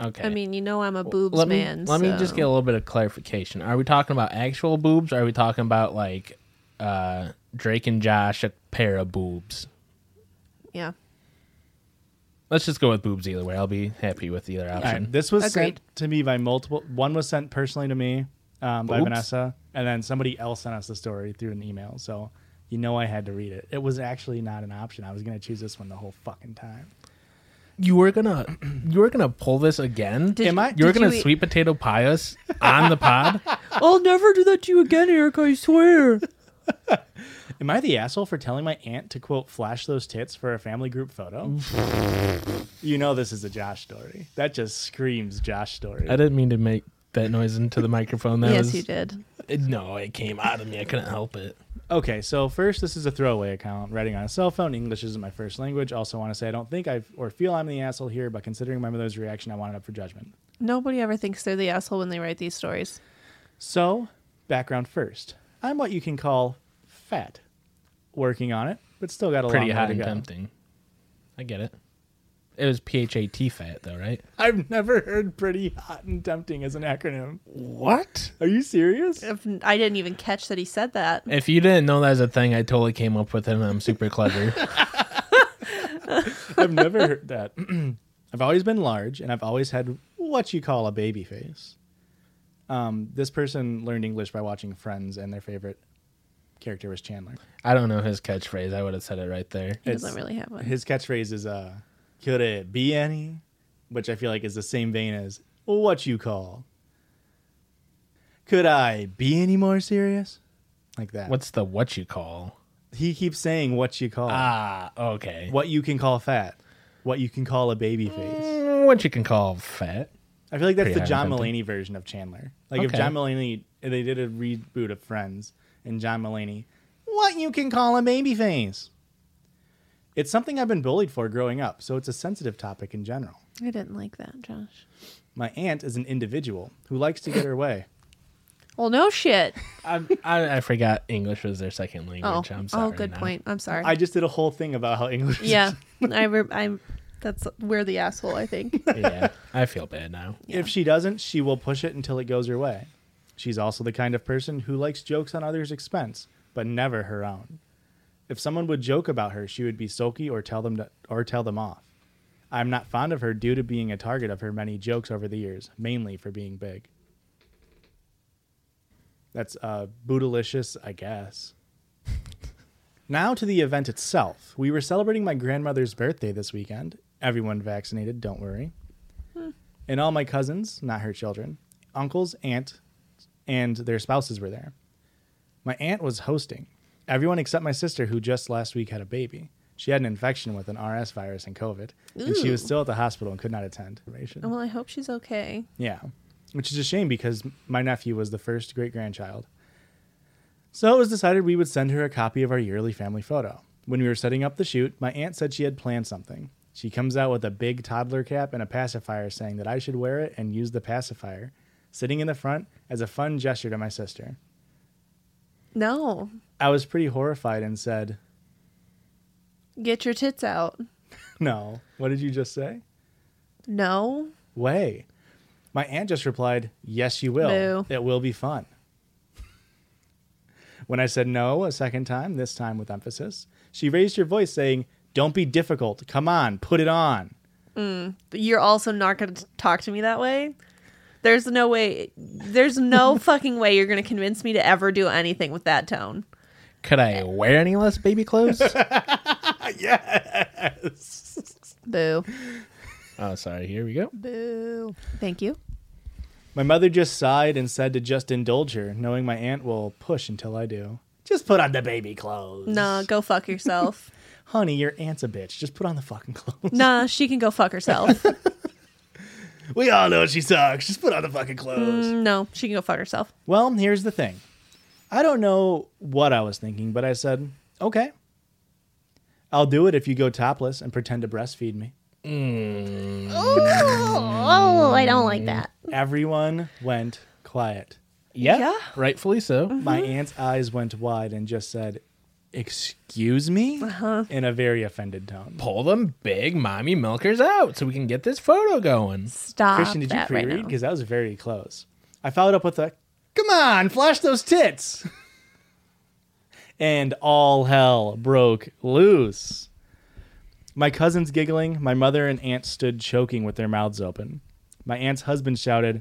Speaker 3: Okay.
Speaker 2: I mean, you know, I'm a boobs
Speaker 3: let me,
Speaker 2: man.
Speaker 3: Let me just
Speaker 2: so-
Speaker 3: get a little bit of clarification. Are we talking about actual boobs? Or are we talking about like uh, Drake and Josh, a pair of boobs?
Speaker 2: yeah.
Speaker 3: Let's just go with boobs either way. I'll be happy with either
Speaker 1: All right,
Speaker 3: option.
Speaker 1: this was
Speaker 2: Agreed.
Speaker 1: sent to me by multiple. One was sent personally to me um, by
Speaker 3: Oops.
Speaker 1: Vanessa, and then somebody else sent us the story through an email. So you know I had to read it. It was actually not an option. I was going to choose this one the whole fucking time.
Speaker 3: You were gonna, you were gonna pull this again.
Speaker 2: Did-
Speaker 1: Am I-
Speaker 3: you were
Speaker 2: did
Speaker 3: gonna
Speaker 2: you-
Speaker 3: sweet potato pie us on the pod?
Speaker 2: I'll never do that to you again, Eric. I swear.
Speaker 1: Am I the asshole for telling my aunt to quote flash those tits for a family group photo? you know this is a Josh story. That just screams Josh story.
Speaker 3: I didn't mean to make that noise into the microphone. That
Speaker 2: yes,
Speaker 3: was,
Speaker 2: you did.
Speaker 3: It- no, it came out of me. I couldn't help it.
Speaker 1: Okay, so first, this is a throwaway account. Writing on a cell phone. English isn't my first language. Also, want to say I don't think I or feel I'm the asshole here, but considering my mother's reaction, I want it up for judgment.
Speaker 2: Nobody ever thinks they're the asshole when they write these stories.
Speaker 1: So, background first. I'm what you can call fat. Working on it, but still got a
Speaker 3: Pretty
Speaker 1: long
Speaker 3: hot
Speaker 1: way
Speaker 3: and
Speaker 1: to go.
Speaker 3: tempting. I get it. It was PHAT fat though, right?
Speaker 1: I've never heard "pretty hot and tempting" as an acronym.
Speaker 3: What?
Speaker 1: Are you serious?
Speaker 2: If- I didn't even catch that he said that.
Speaker 3: If you didn't know that was a thing, I totally came up with it and I'm super clever.
Speaker 1: I've never heard that. I've always been large and I've always had what you call a baby face. Um, this person learned English by watching Friends, and their favorite character was Chandler.
Speaker 3: I don't know his catchphrase. I would have said it right there.
Speaker 2: He
Speaker 1: It's-
Speaker 2: doesn't really have one.
Speaker 1: His catchphrase is uh, "Could it be any?" which I feel like is the same vein as "What you call." Could I be any more serious? Like that.
Speaker 3: What's the what you call?
Speaker 1: he keeps saying? What you call?
Speaker 3: Ah, okay.
Speaker 1: what you can call fat? What you can call a baby face?
Speaker 3: Mm, What you can call fat?
Speaker 1: I feel like that's
Speaker 3: Pretty
Speaker 1: the John
Speaker 3: high on
Speaker 1: Mulaney version of Chandler. Like if
Speaker 3: Okay.
Speaker 1: John Mulaney, they did a reboot of Friends, and John Mulaney, what you can call a baby face. It's something I've been bullied for growing up, so it's a sensitive topic in general.
Speaker 2: I didn't like that, Josh.
Speaker 1: My aunt is an individual who likes to get her way.
Speaker 2: Well, no shit.
Speaker 3: I, I, I forgot English was their second
Speaker 2: Oh,
Speaker 3: language. I'm sorry.
Speaker 2: oh, good
Speaker 3: now.
Speaker 2: point. I'm sorry.
Speaker 1: I just did a whole thing about how English. is-
Speaker 2: yeah, I re- I'm. That's we're the asshole. I think.
Speaker 3: yeah, I feel bad now.
Speaker 1: If she doesn't, she will push it until it goes her way. She's also the kind of person who likes jokes on others' expense, but never her own. If someone would joke about her, she would be sulky or tell them to, or tell them off. I'm not fond of her due to being a target of her many jokes over the years, mainly for being big. That's uh bootylicious, I guess. Now to the event itself. We were celebrating my grandmother's birthday this weekend. Everyone vaccinated, don't worry and all my cousins, not her children, uncles, aunt, and their spouses were there. My aunt was hosting. Everyone except my sister, who just last week had a baby. She had an infection with an RS virus and COVID, and she was
Speaker 2: Ooh.
Speaker 1: still at the hospital and could not attend. Information.
Speaker 2: Well, I hope she's okay.
Speaker 1: Yeah, which is a shame because my nephew was the first great grandchild. So it was decided we would send her a copy of our yearly family photo. When we were setting up the shoot, my aunt said she had planned something. She comes out with a big toddler cap and a pacifier saying that I should wear it and use the pacifier, sitting in the front as a fun gesture to my sister.
Speaker 2: No.
Speaker 1: I was pretty horrified and said,
Speaker 2: Get your tits out.
Speaker 1: No, what did you just say?
Speaker 2: No.
Speaker 1: Way. My aunt just replied, Yes, you will.
Speaker 2: Boo.
Speaker 1: It will be fun. When I said no a second time, this time with emphasis, she raised her voice saying, Don't be difficult. Come on, put it on.
Speaker 2: You're also not going to talk to me that way. There's no way. There's no fucking way you're going to convince me to ever do anything with that tone.
Speaker 3: Could I wear any less baby clothes?
Speaker 2: Boo.
Speaker 3: oh, sorry. Here we go.
Speaker 2: Boo. Thank you.
Speaker 1: My mother just sighed and said to just indulge her, knowing my aunt will push until I do. Just put on the baby clothes.
Speaker 2: Nah, go fuck yourself.
Speaker 1: Honey, your aunt's a bitch. Just put on the fucking clothes.
Speaker 2: nah, she can go fuck herself.
Speaker 1: We all know she sucks. Just put on the fucking clothes.
Speaker 2: Mm, no, she can go fuck herself.
Speaker 1: Well, here's the thing. I don't know what I was thinking, but I said, okay. I'll do it if you go topless and pretend to breastfeed me.
Speaker 4: Oh, I don't like that.
Speaker 1: Everyone went quiet.
Speaker 3: Yeah.
Speaker 2: Yeah.
Speaker 3: Rightfully so.
Speaker 1: My aunt's eyes went wide and just said, Excuse me? In a very offended tone.
Speaker 3: Pull them big mommy milkers out so we can get this photo going.
Speaker 2: Stop.
Speaker 1: Christian, did you
Speaker 2: that
Speaker 1: pre
Speaker 2: right
Speaker 1: read?
Speaker 2: now.
Speaker 1: Because that was very close. I followed up with a, Come on, flash those tits. and all hell broke loose. My cousins giggling, my mother and aunt stood choking with their mouths open. My aunt's husband shouted,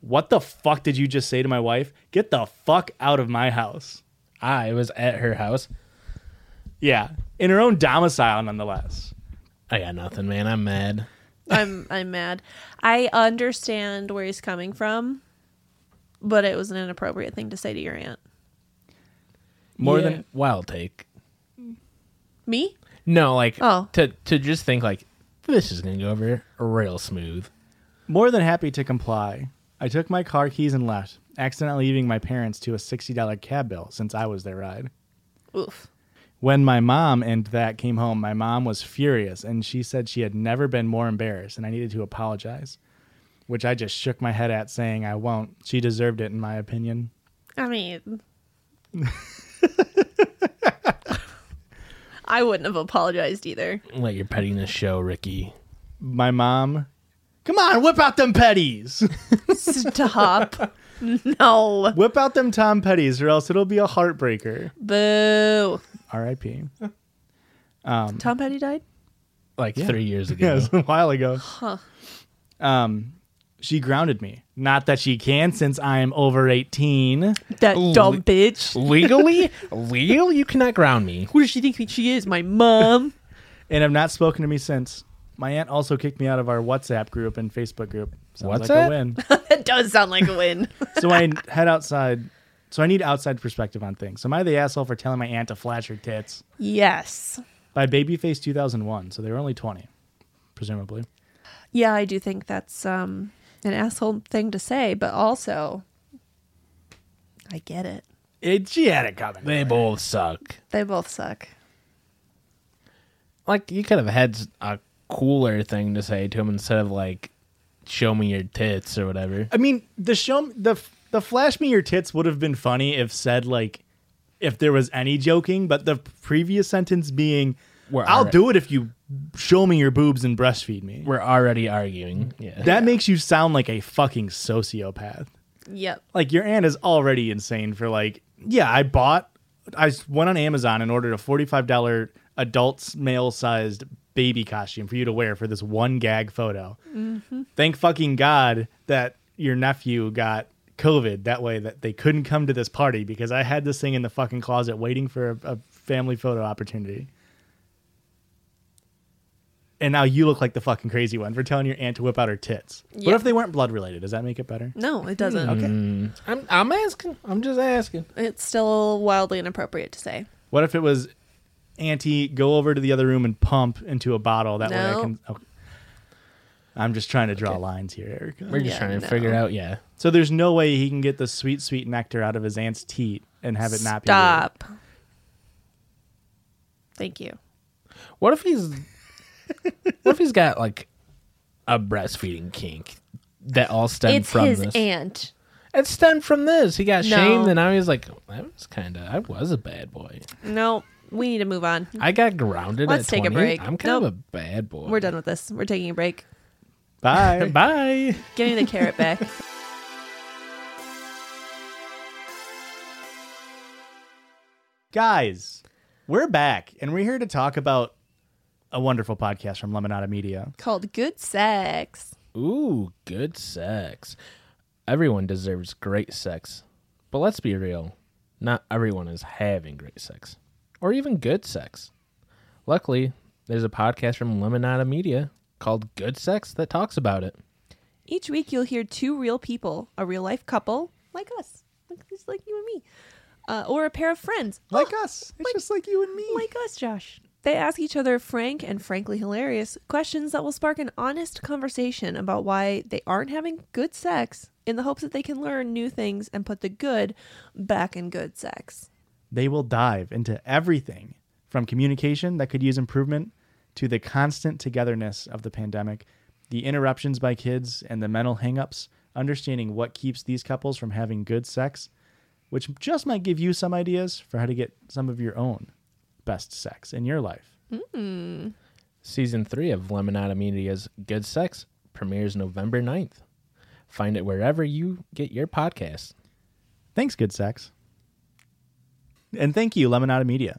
Speaker 1: What the fuck did you just say to my wife? Get the fuck out of my house.
Speaker 3: I was at her house.
Speaker 1: Yeah, in her own domicile, nonetheless.
Speaker 3: I got nothing, man. I'm mad.
Speaker 2: I'm I'm mad. I understand where he's coming from, but it was an inappropriate thing to say to your aunt.
Speaker 1: More
Speaker 3: Yeah.
Speaker 1: than
Speaker 3: wild take.
Speaker 2: Me?
Speaker 3: No, like
Speaker 2: Oh.
Speaker 3: to to just think like this is gonna go over real smooth.
Speaker 1: More than happy to comply, I took my car keys and left, accidentally leaving my parents to a $60 cab bill since I was their ride.
Speaker 2: Oof.
Speaker 1: When my mom and that came home, my mom was furious and she said she had never been more embarrassed and I needed to apologize, which I just shook my head at, saying I won't. She deserved it, in my opinion.
Speaker 2: I mean I wouldn't have apologized either.
Speaker 3: Let your pettiness show, Ricky.
Speaker 1: My mom, come on, whip out them petties!
Speaker 2: Stop. no.
Speaker 1: whip out them Tom Petties, or else it'll be a heartbreaker.
Speaker 2: Boo.
Speaker 1: R.I.P. Um,
Speaker 2: Tom Petty died?
Speaker 3: Like three years ago.
Speaker 1: Yeah, it was a while ago. Um, she grounded me. Not that she can, since I am over eighteen.
Speaker 2: That dumb bitch.
Speaker 3: Legally, legal, you cannot ground me.
Speaker 2: Who does she think she is? My mom.
Speaker 1: and have not spoken to me since. My aunt also kicked me out of our WhatsApp group and Facebook group. Sounds like
Speaker 3: WhatsApp?
Speaker 1: a win.
Speaker 2: that does sound like a win.
Speaker 1: so I head outside. So I need outside perspective on things. Am I the asshole for telling my aunt to flash her tits?
Speaker 2: yes.
Speaker 1: By Babyface 2001, so they were only 20, presumably.
Speaker 2: Yeah, I do think that's um, an asshole thing to say, but also, I get it.
Speaker 1: It, she had it coming.
Speaker 3: They both suck.
Speaker 2: They both suck.
Speaker 3: Like you could have had a cooler thing to say to him instead of like, "Show me your tits" or whatever.
Speaker 1: I mean, the show the the flash me your tits would have been funny if said like if there was any joking, but the previous sentence being,
Speaker 3: We're
Speaker 1: "I'll
Speaker 3: alre-
Speaker 1: do it if you show me your boobs and breastfeed me."
Speaker 3: We're already arguing. Yeah.
Speaker 1: That makes you sound like a fucking sociopath.
Speaker 2: Yep.
Speaker 1: Like your aunt is already insane for like, yeah, I bought, I s- went on Amazon and ordered a forty-five dollar adult male sized baby costume for you to wear for this one gag photo. Thank fucking God that your nephew got COVID that way that they couldn't come to this party because I had this thing in the fucking closet waiting for a, a family photo opportunity. And now you look like the fucking crazy one for telling your aunt to whip out her tits. What
Speaker 2: Yeah.
Speaker 1: if they weren't blood related? Does that make it better?
Speaker 2: No, it doesn't.
Speaker 3: I'm I'm asking. I'm just asking.
Speaker 2: It's still wildly inappropriate to say.
Speaker 1: What if it was Auntie, go over to the other room and pump into a bottle? That way I
Speaker 2: No.
Speaker 1: can. Oh. I'm just trying to draw lines here, Erica.
Speaker 3: We're just
Speaker 2: Yeah,
Speaker 3: trying to
Speaker 2: no.
Speaker 3: figure out. Yeah.
Speaker 1: So there's no way he can get the sweet, sweet nectar out of his aunt's teat and have it not be. weird.
Speaker 2: Stop. Thank you.
Speaker 3: What if he's What if he's got like a breastfeeding kink that all stemmed
Speaker 2: it's
Speaker 3: from
Speaker 2: his
Speaker 3: this?
Speaker 2: aunt.
Speaker 3: It stemmed from this. He got
Speaker 2: No.
Speaker 3: shamed, and now he's like, I was kind of, I was a bad boy.
Speaker 2: No, we need to move on.
Speaker 3: I got grounded.
Speaker 2: Let's
Speaker 3: at
Speaker 2: take a
Speaker 3: 20.
Speaker 2: break.
Speaker 3: I'm kind
Speaker 2: Nope.
Speaker 3: of a bad boy.
Speaker 2: We're done with this. We're taking a break.
Speaker 1: Bye.
Speaker 3: Bye.
Speaker 2: Give me the carrot back.
Speaker 1: Guys, we're back and we're here to talk about a wonderful podcast from Lemonada Media.
Speaker 2: Called Good Sex.
Speaker 3: Ooh, good sex. Everyone deserves great sex. But let's be real, not everyone is having great sex or even good sex. Luckily, there's a podcast from Lemonada Media called Good Sex that talks about it.
Speaker 5: Each week, you'll hear two real people a real life couple,
Speaker 2: Like us. Like- Just like you and me. Uh, or a pair of friends.
Speaker 1: Like us. It's just like you and me.
Speaker 2: Like us, Josh. They ask each other frank and frankly hilarious questions that will spark an honest conversation about why they aren't having good sex in the hopes that they can learn new things and put the good back in good sex.
Speaker 1: they will dive into everything from communication that could use improvement to the constant togetherness of the pandemic, the interruptions by kids, and the mental hangups, understanding what keeps these couples from having good sex, which just might give you some ideas for how to get some of your own best sex in your life.
Speaker 3: Season 3 of Lemonada Media's Good Sex premieres November 9th. Find it wherever you get your podcasts.
Speaker 1: Thanks, good sex. And thank you, Lemonada Media.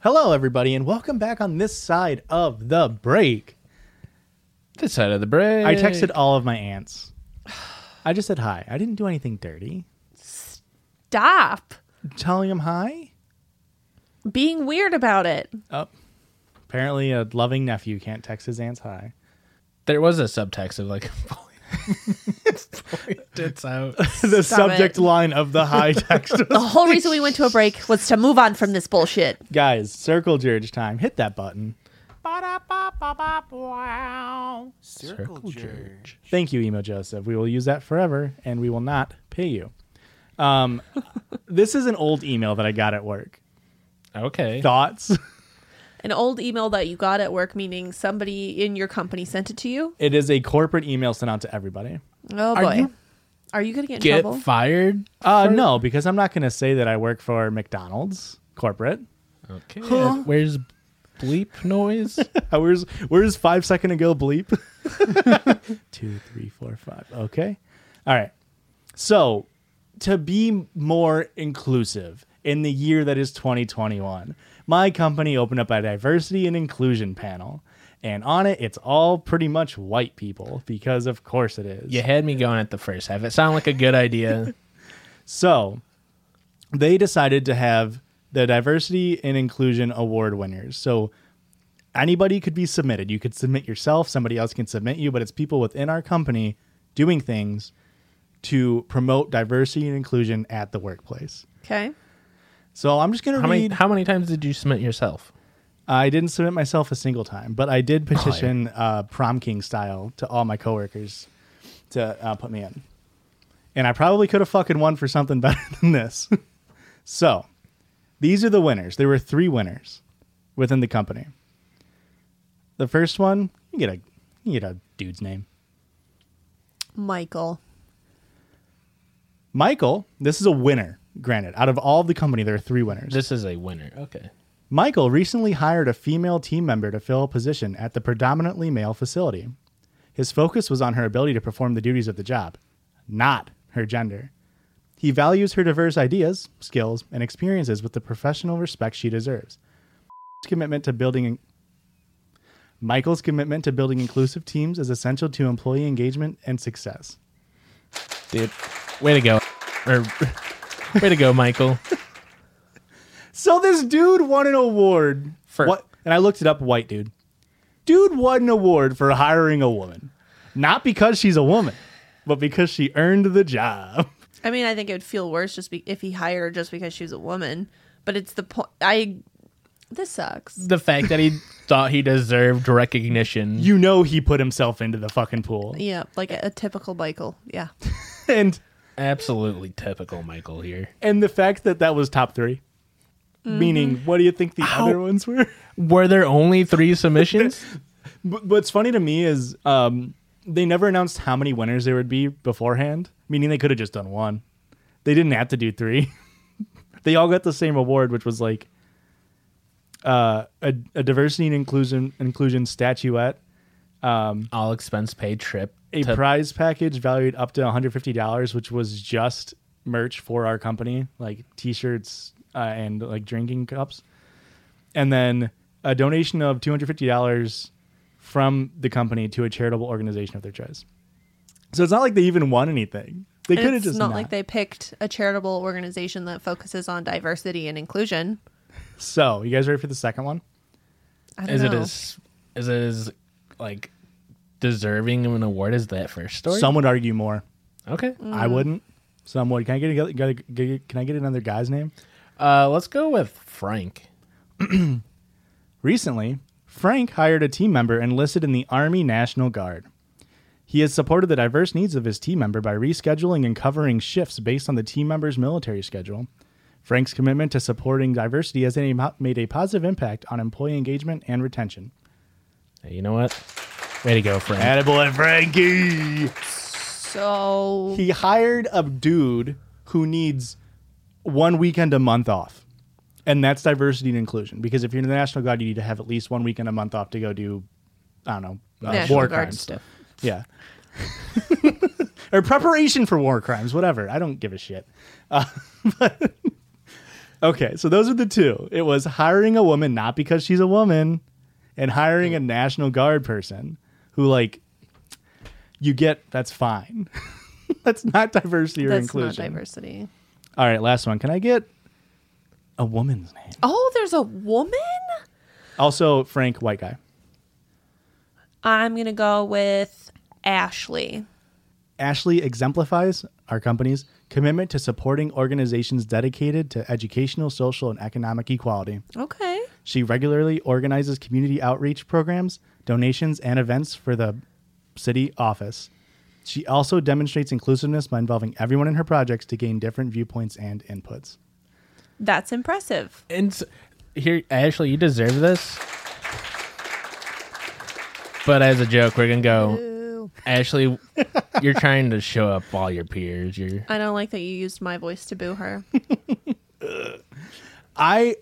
Speaker 1: Hello, everybody, and welcome back on this side of the break.
Speaker 3: This side of the break.
Speaker 1: I texted all of my aunts. I just said hi. I didn't do anything dirty.
Speaker 2: Stop
Speaker 1: Telling them hi?
Speaker 2: being weird about it.
Speaker 1: Oh. Apparently, a loving nephew can't text his aunts hi.
Speaker 3: There was a subtext of like, it's out.
Speaker 1: the
Speaker 2: Stop
Speaker 1: subject
Speaker 2: it.
Speaker 1: line of the hi text.
Speaker 2: The whole reason we went to a break was to move on from this bullshit.
Speaker 1: Guys, circle George time. Hit that button.
Speaker 6: Circle jerk.
Speaker 1: Thank you, Emo Joseph. We will use that forever, and we will not pay you. Um, this is an old email that I got at work.
Speaker 3: Okay.
Speaker 1: Thoughts?
Speaker 2: An old email that you got at work, meaning somebody in your company sent it to you.
Speaker 1: It is a corporate email sent out to everybody.
Speaker 2: Oh boy. Are you,
Speaker 3: you-
Speaker 2: going to get in
Speaker 3: Get
Speaker 2: trouble?
Speaker 3: fired?
Speaker 1: Uh, no, because I'm not going to say that I work for McDonald's corporate.
Speaker 3: Okay. Where's bleep noise?
Speaker 1: Uh, Where's where's five second ago bleep? Two, three, four, five. Okay. All right. So to be more inclusive in the year that is 2021, my company opened up a diversity and inclusion panel. And on it, it's all pretty much white people because, of course, it is.
Speaker 3: you had me going at the first half. It sounded like a good idea.
Speaker 1: So they decided to have the diversity and inclusion award winners. So anybody could be submitted. You could submit yourself, somebody else can submit you, but it's people within our company doing things to promote diversity and inclusion at the workplace.
Speaker 2: okay.
Speaker 1: So I'm just going
Speaker 3: How
Speaker 1: to
Speaker 3: many
Speaker 1: read.
Speaker 3: how many times did you submit yourself?
Speaker 1: I didn't submit myself a single time, but I did petition uh, prom king style to all my coworkers to uh, put me in. And I probably could have fucking won for something better than this. so these are the winners. There were three winners within the company. The first one, you get a you get a dude's name.
Speaker 2: Michael.
Speaker 1: Michael, this is a winner, granted. Out of all of the company, there are three winners.
Speaker 3: This is a winner. Okay.
Speaker 1: Michael recently hired a female team member to fill a position at the predominantly male facility. His focus was on her ability to perform the duties of the job, not her gender. He values her diverse ideas, skills, and experiences with the professional respect she deserves. commitment to building Michael's commitment to building inclusive teams is essential to employee engagement and success.
Speaker 3: Dude, way to go. Or way to go, Michael.
Speaker 1: So this dude won an award
Speaker 3: For-
Speaker 1: what? And I looked it up. White dude. Dude won an award for hiring a woman, not because she's a woman, but because she earned the job.
Speaker 2: I mean, I think it would feel worse just be- if he hired her just because she was a woman. But it's the point. I. This sucks.
Speaker 3: The fact that he thought he deserved recognition.
Speaker 1: You know he put himself into the fucking pool,
Speaker 2: Yeah, like a, a typical Michael. Yeah.
Speaker 1: and
Speaker 3: absolutely typical Michael here.
Speaker 1: and the fact that that was top 3 meaning what do you think the other ones were?
Speaker 3: Were there only three submissions?
Speaker 1: But what's funny to me is um, they never announced how many winners there would be beforehand, meaning they could have just done one. They didn't have to do three. they all got the same award, which was like uh, a, a diversity and inclusion inclusion statuette,
Speaker 3: All expense paid trip.
Speaker 1: a
Speaker 3: to-
Speaker 1: prize package valued up to one hundred fifty dollars, which was just merch for our company, like T-shirts uh, and like drinking cups, and then a donation of two hundred fifty dollars from the company to a charitable organization of their choice. So it's not like they even won anything. They could have
Speaker 2: It's
Speaker 1: just
Speaker 2: not, like they picked a charitable organization that focuses on diversity and inclusion.
Speaker 1: So you guys ready for the second one?
Speaker 2: I don't
Speaker 3: Is it
Speaker 2: know.
Speaker 3: as is it as like deserving of an award as that first story?
Speaker 1: Some would argue more.
Speaker 3: okay.
Speaker 2: Mm.
Speaker 1: I wouldn't. Some would. Can I get, a, get, a- get- Can I get another guy's name?
Speaker 3: Uh, let's go with Frank.
Speaker 1: Recently, Frank hired a team member enlisted in the Army National Guard. He has supported the diverse needs of his team member by rescheduling and covering shifts based on the team member's military schedule. Frank's commitment to supporting diversity has a- made a positive impact on employee engagement and retention.
Speaker 3: Hey, You know what? Way to go, Frank.
Speaker 1: Attaboy, Frankie!
Speaker 2: so
Speaker 1: He hired a dude who needs one weekend a month off. And that's diversity and inclusion. Because if you're in the National Guard, you need to have at least one weekend a month off to go do, I don't know, uh,
Speaker 2: National
Speaker 1: war
Speaker 2: Guard
Speaker 1: crimes.
Speaker 2: stuff.
Speaker 1: Yeah. or preparation for war crimes, whatever. I don't give a shit. Uh, but, okay, so those are the two. It was hiring a woman not because she's a woman, and hiring a National Guard person who, like, you get that's fine. that's not diversity or
Speaker 2: that's
Speaker 1: inclusion.
Speaker 2: not diversity.
Speaker 1: All right, last one. Can I get a woman's name?
Speaker 2: Oh, there's a woman?
Speaker 1: Also, Frank, white guy.
Speaker 2: I'm going to go with Ashley.
Speaker 1: Ashley exemplifies our company's commitment to supporting organizations dedicated to educational, social, and economic equality.
Speaker 2: Okay.
Speaker 1: She regularly organizes community outreach programs, donations, and events for the city office. She also demonstrates inclusiveness by involving everyone in her projects to gain different viewpoints and inputs.
Speaker 2: That's impressive.
Speaker 3: And s- here, Ashley, you deserve this. But as a joke, we're gonna go. Ashley, you're trying to show up all your peers. You're
Speaker 2: I don't like that you used my voice to boo her.
Speaker 1: I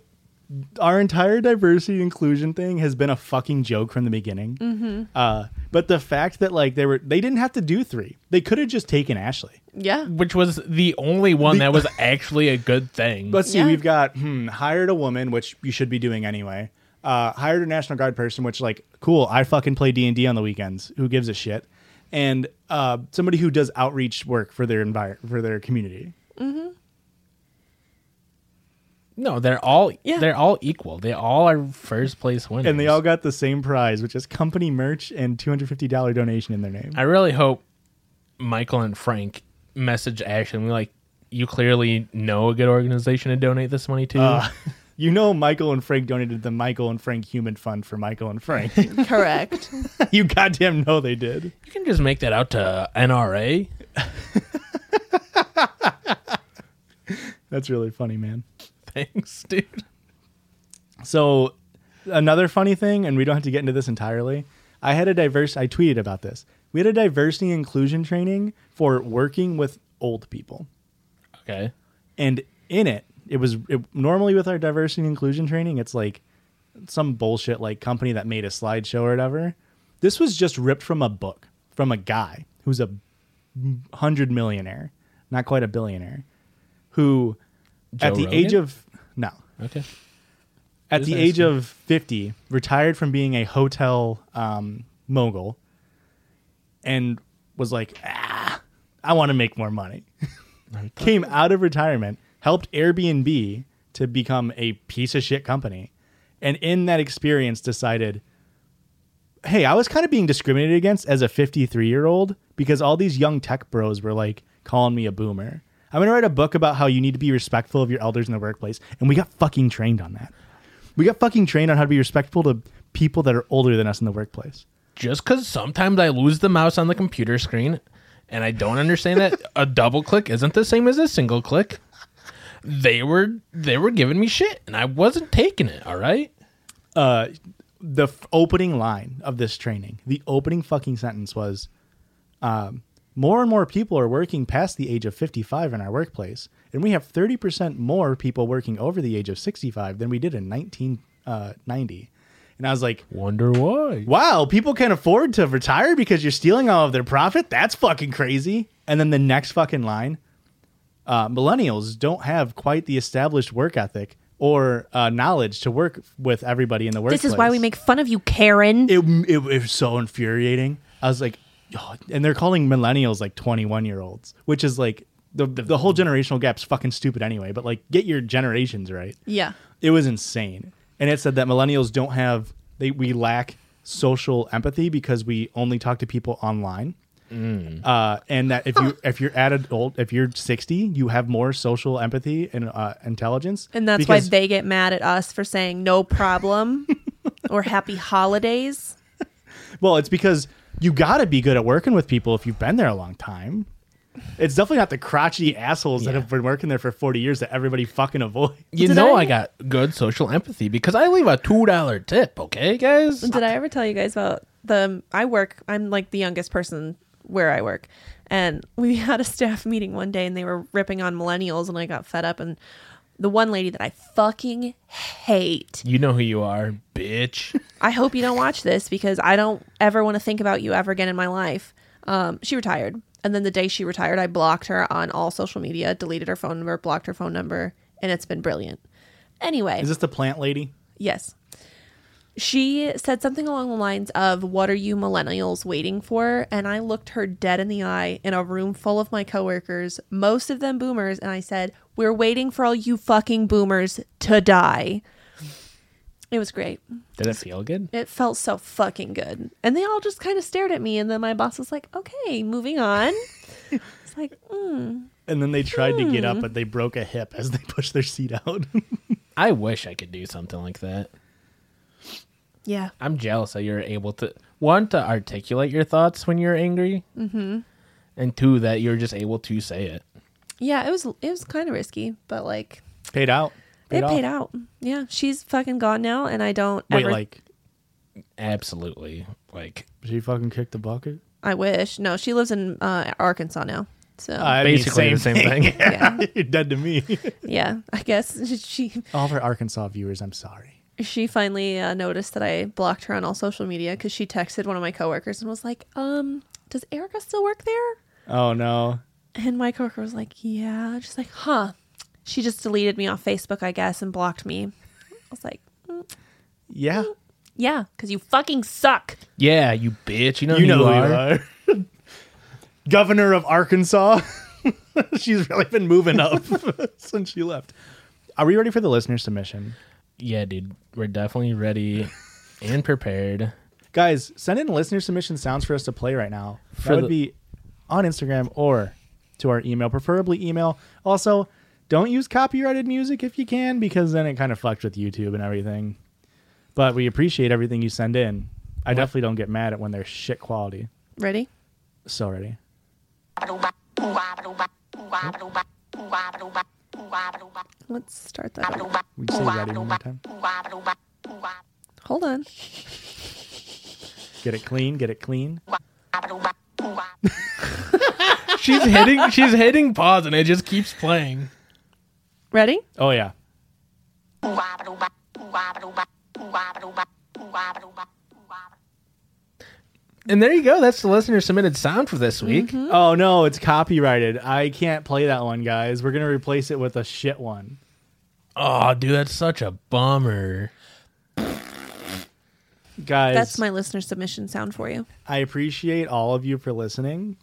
Speaker 1: our entire diversity inclusion thing has been a fucking joke from the beginning. Uh, but the fact that like they were they didn't have to do three. They could have just taken Ashley.
Speaker 2: yeah.
Speaker 3: which was the only one that was actually a good thing.
Speaker 1: Let's see.
Speaker 2: Yeah.
Speaker 1: We've got hmm, hired a woman, which you should be doing anyway. Uh, hired a National Guard person, which like cool. I fucking play D and D on the weekends. Who gives a shit? And uh, somebody who does outreach work for their envir- for their community.
Speaker 3: no, they're all
Speaker 2: Yeah.
Speaker 3: they're all equal. They all are first place winners.
Speaker 1: And they all got the same prize, which is company merch and two hundred fifty dollar donation in their name.
Speaker 3: I really hope Michael and Frank message Ashley and be like, "You clearly know a good organization to donate this money to."
Speaker 1: Uh, You know, Michael and Frank donated the Michael and Frank Human Fund for Michael and Frank.
Speaker 2: Correct.
Speaker 1: you goddamn know they did.
Speaker 3: you can just make that out to NRA.
Speaker 1: That's really funny, man.
Speaker 3: Thanks, dude.
Speaker 1: So, another funny thing, and we don't have to get into this entirely. I had a diverse. I tweeted about this. We had a diversity and inclusion training for working with old people,
Speaker 3: Okay.
Speaker 1: and in it, it was it, normally with our diversity and inclusion training, it's like some bullshit like company that made a slideshow or whatever. This was just ripped from a book from a guy who's a hundred millionaire, not quite a billionaire, who at
Speaker 3: Joe
Speaker 1: the age
Speaker 3: Rogan?
Speaker 1: of no,
Speaker 3: Okay.
Speaker 1: at
Speaker 3: Just
Speaker 1: the
Speaker 3: asking.
Speaker 1: age of 50, retired from being a hotel um, mogul and was like, ah, I want to make more money. Came out of retirement, helped Airbnb to become a piece of shit company. And in that experience, decided, hey, I was kind of being discriminated against as a 53 year old because all these young tech bros were like calling me a boomer. I'm going to write a book about how you need to be respectful of your elders in the workplace. And we got fucking trained on that. We got fucking trained on how to be respectful to people that are older than us in the workplace.
Speaker 3: Just because sometimes I lose the mouse on the computer screen and I don't understand that a double click isn't the same as a single click. They were they were giving me shit and I wasn't taking it, all right?
Speaker 1: Uh, the f- opening line of this training, the opening fucking sentence was, um, "More and more people are working past the age of 55 in our workplace, and we have 30 percent more people working over the age of 65 than we did in 1990." And I was like,
Speaker 3: Wonder why?
Speaker 1: wow, people can afford to retire because you're stealing all of their profit? That's fucking crazy. And then the next fucking line uh, millennials don't have quite the established work ethic or uh, knowledge to work with everybody in the workplace.
Speaker 4: This is why we make fun of you, Karen.
Speaker 1: it, it, it was so infuriating. I was like, oh, and they're calling millennials like 21 year olds, which is like the, the, the whole generational gap's fucking stupid anyway, but like get your generations right
Speaker 2: Yeah.
Speaker 1: it was insane and it said that millennials don't have they we lack social empathy because we only talk to people online uh, and that if you if you're at adult if you're 60 you have more social empathy and uh, intelligence
Speaker 2: And that's
Speaker 1: because-
Speaker 2: why they get mad at us for saying no problem or happy holidays.
Speaker 1: well it's because you gotta be good at working with people if you've been there a long time it's definitely not the crotchety assholes that have been working there for 40 years that everybody fucking avoids
Speaker 3: You
Speaker 2: Did
Speaker 3: know
Speaker 2: I-
Speaker 3: I got good social empathy because I leave a two dollar tip, okay, guys?
Speaker 2: Did I ever tell you guys about the I work I'm like the youngest person where I work. And we had a staff meeting one day and they were ripping on millennials and I got fed up and the one lady that I fucking hate.
Speaker 3: You know who you are, bitch.
Speaker 2: I hope you don't watch this because I don't ever want to think about you ever again in my life. Um, she retired. And then the day she retired, I blocked her on all social media, deleted her phone number, blocked her phone number, and it's been brilliant. Anyway.
Speaker 1: is this the plant lady
Speaker 2: Yes. She said something along the lines of, What are you millennials waiting for? And I looked her dead in the eye in a room full of my coworkers, most of them boomers, and I said, We're waiting for all you fucking boomers to die. It was great.
Speaker 3: Did it feel good?
Speaker 2: It felt so fucking good. And they all just kind of stared at me. And then my boss was like, Okay, moving on. it's like,
Speaker 1: and then they tried to get up
Speaker 2: Hmm.
Speaker 1: but they broke a hip as they pushed their seat out
Speaker 3: I wish I could do something like that.
Speaker 2: Yeah.
Speaker 3: I'm jealous that you're able to one to articulate your thoughts when you're angry, mm-hmm. and two that you're just able to say it.
Speaker 2: Yeah, it was, it was kind of risky, but like,
Speaker 1: paid out
Speaker 2: it paid out. Yeah, she's fucking gone now, and I don't
Speaker 1: wait
Speaker 2: ever.
Speaker 1: like
Speaker 3: Absolutely, like
Speaker 1: She fucking kicked the bucket.
Speaker 2: I wish. No, she lives in uh, Arkansas now. So
Speaker 3: basically the same thing.
Speaker 2: yeah,
Speaker 1: You're dead to me.
Speaker 2: yeah. I guess she
Speaker 1: All of our Arkansas viewers, I'm sorry.
Speaker 2: she finally uh, noticed that I blocked her on all social media because she texted one of my coworkers and was like, "Um, does Erica still work there?"
Speaker 1: Oh no.
Speaker 2: And my coworker was like, "Yeah." She's like, "Huh." She just deleted me off Facebook, I guess, and blocked me. I was like,
Speaker 1: Yeah.
Speaker 2: "Yeah, because you fucking suck."
Speaker 3: yeah, you bitch. You know
Speaker 1: You
Speaker 3: who
Speaker 1: know
Speaker 3: you
Speaker 1: who
Speaker 3: are.
Speaker 1: you are. Governor of Arkansas. She's really been moving up since she left. Are we ready for the listener submission?
Speaker 3: Yeah, dude, we're definitely ready and prepared.
Speaker 1: Guys, send in listener submission sounds for us to play right now.
Speaker 3: For
Speaker 1: that would
Speaker 3: the-
Speaker 1: be on Instagram or to our email, preferably email. Also, don't use copyrighted music if you can, because then it kind of fucks with YouTube and everything. But we appreciate everything you send in. I definitely don't get mad at when they're shit quality.
Speaker 2: Ready?
Speaker 1: So ready.
Speaker 2: Let's start that. Up.
Speaker 1: We say ready one more time.
Speaker 2: Hold on.
Speaker 1: Get it clean, get it clean.
Speaker 3: She's hitting. she's hitting pause, and it just keeps playing.
Speaker 2: Ready?
Speaker 1: Oh yeah.
Speaker 3: And there you go. That's the listener submitted sound for this week.
Speaker 1: Oh no, it's copyrighted. I can't play that one, guys. We're gonna replace it with a shit one.
Speaker 3: Oh, dude, that's such a bummer.
Speaker 1: Guys
Speaker 2: That's my listener submission sound for you.
Speaker 1: I appreciate all of you for listening.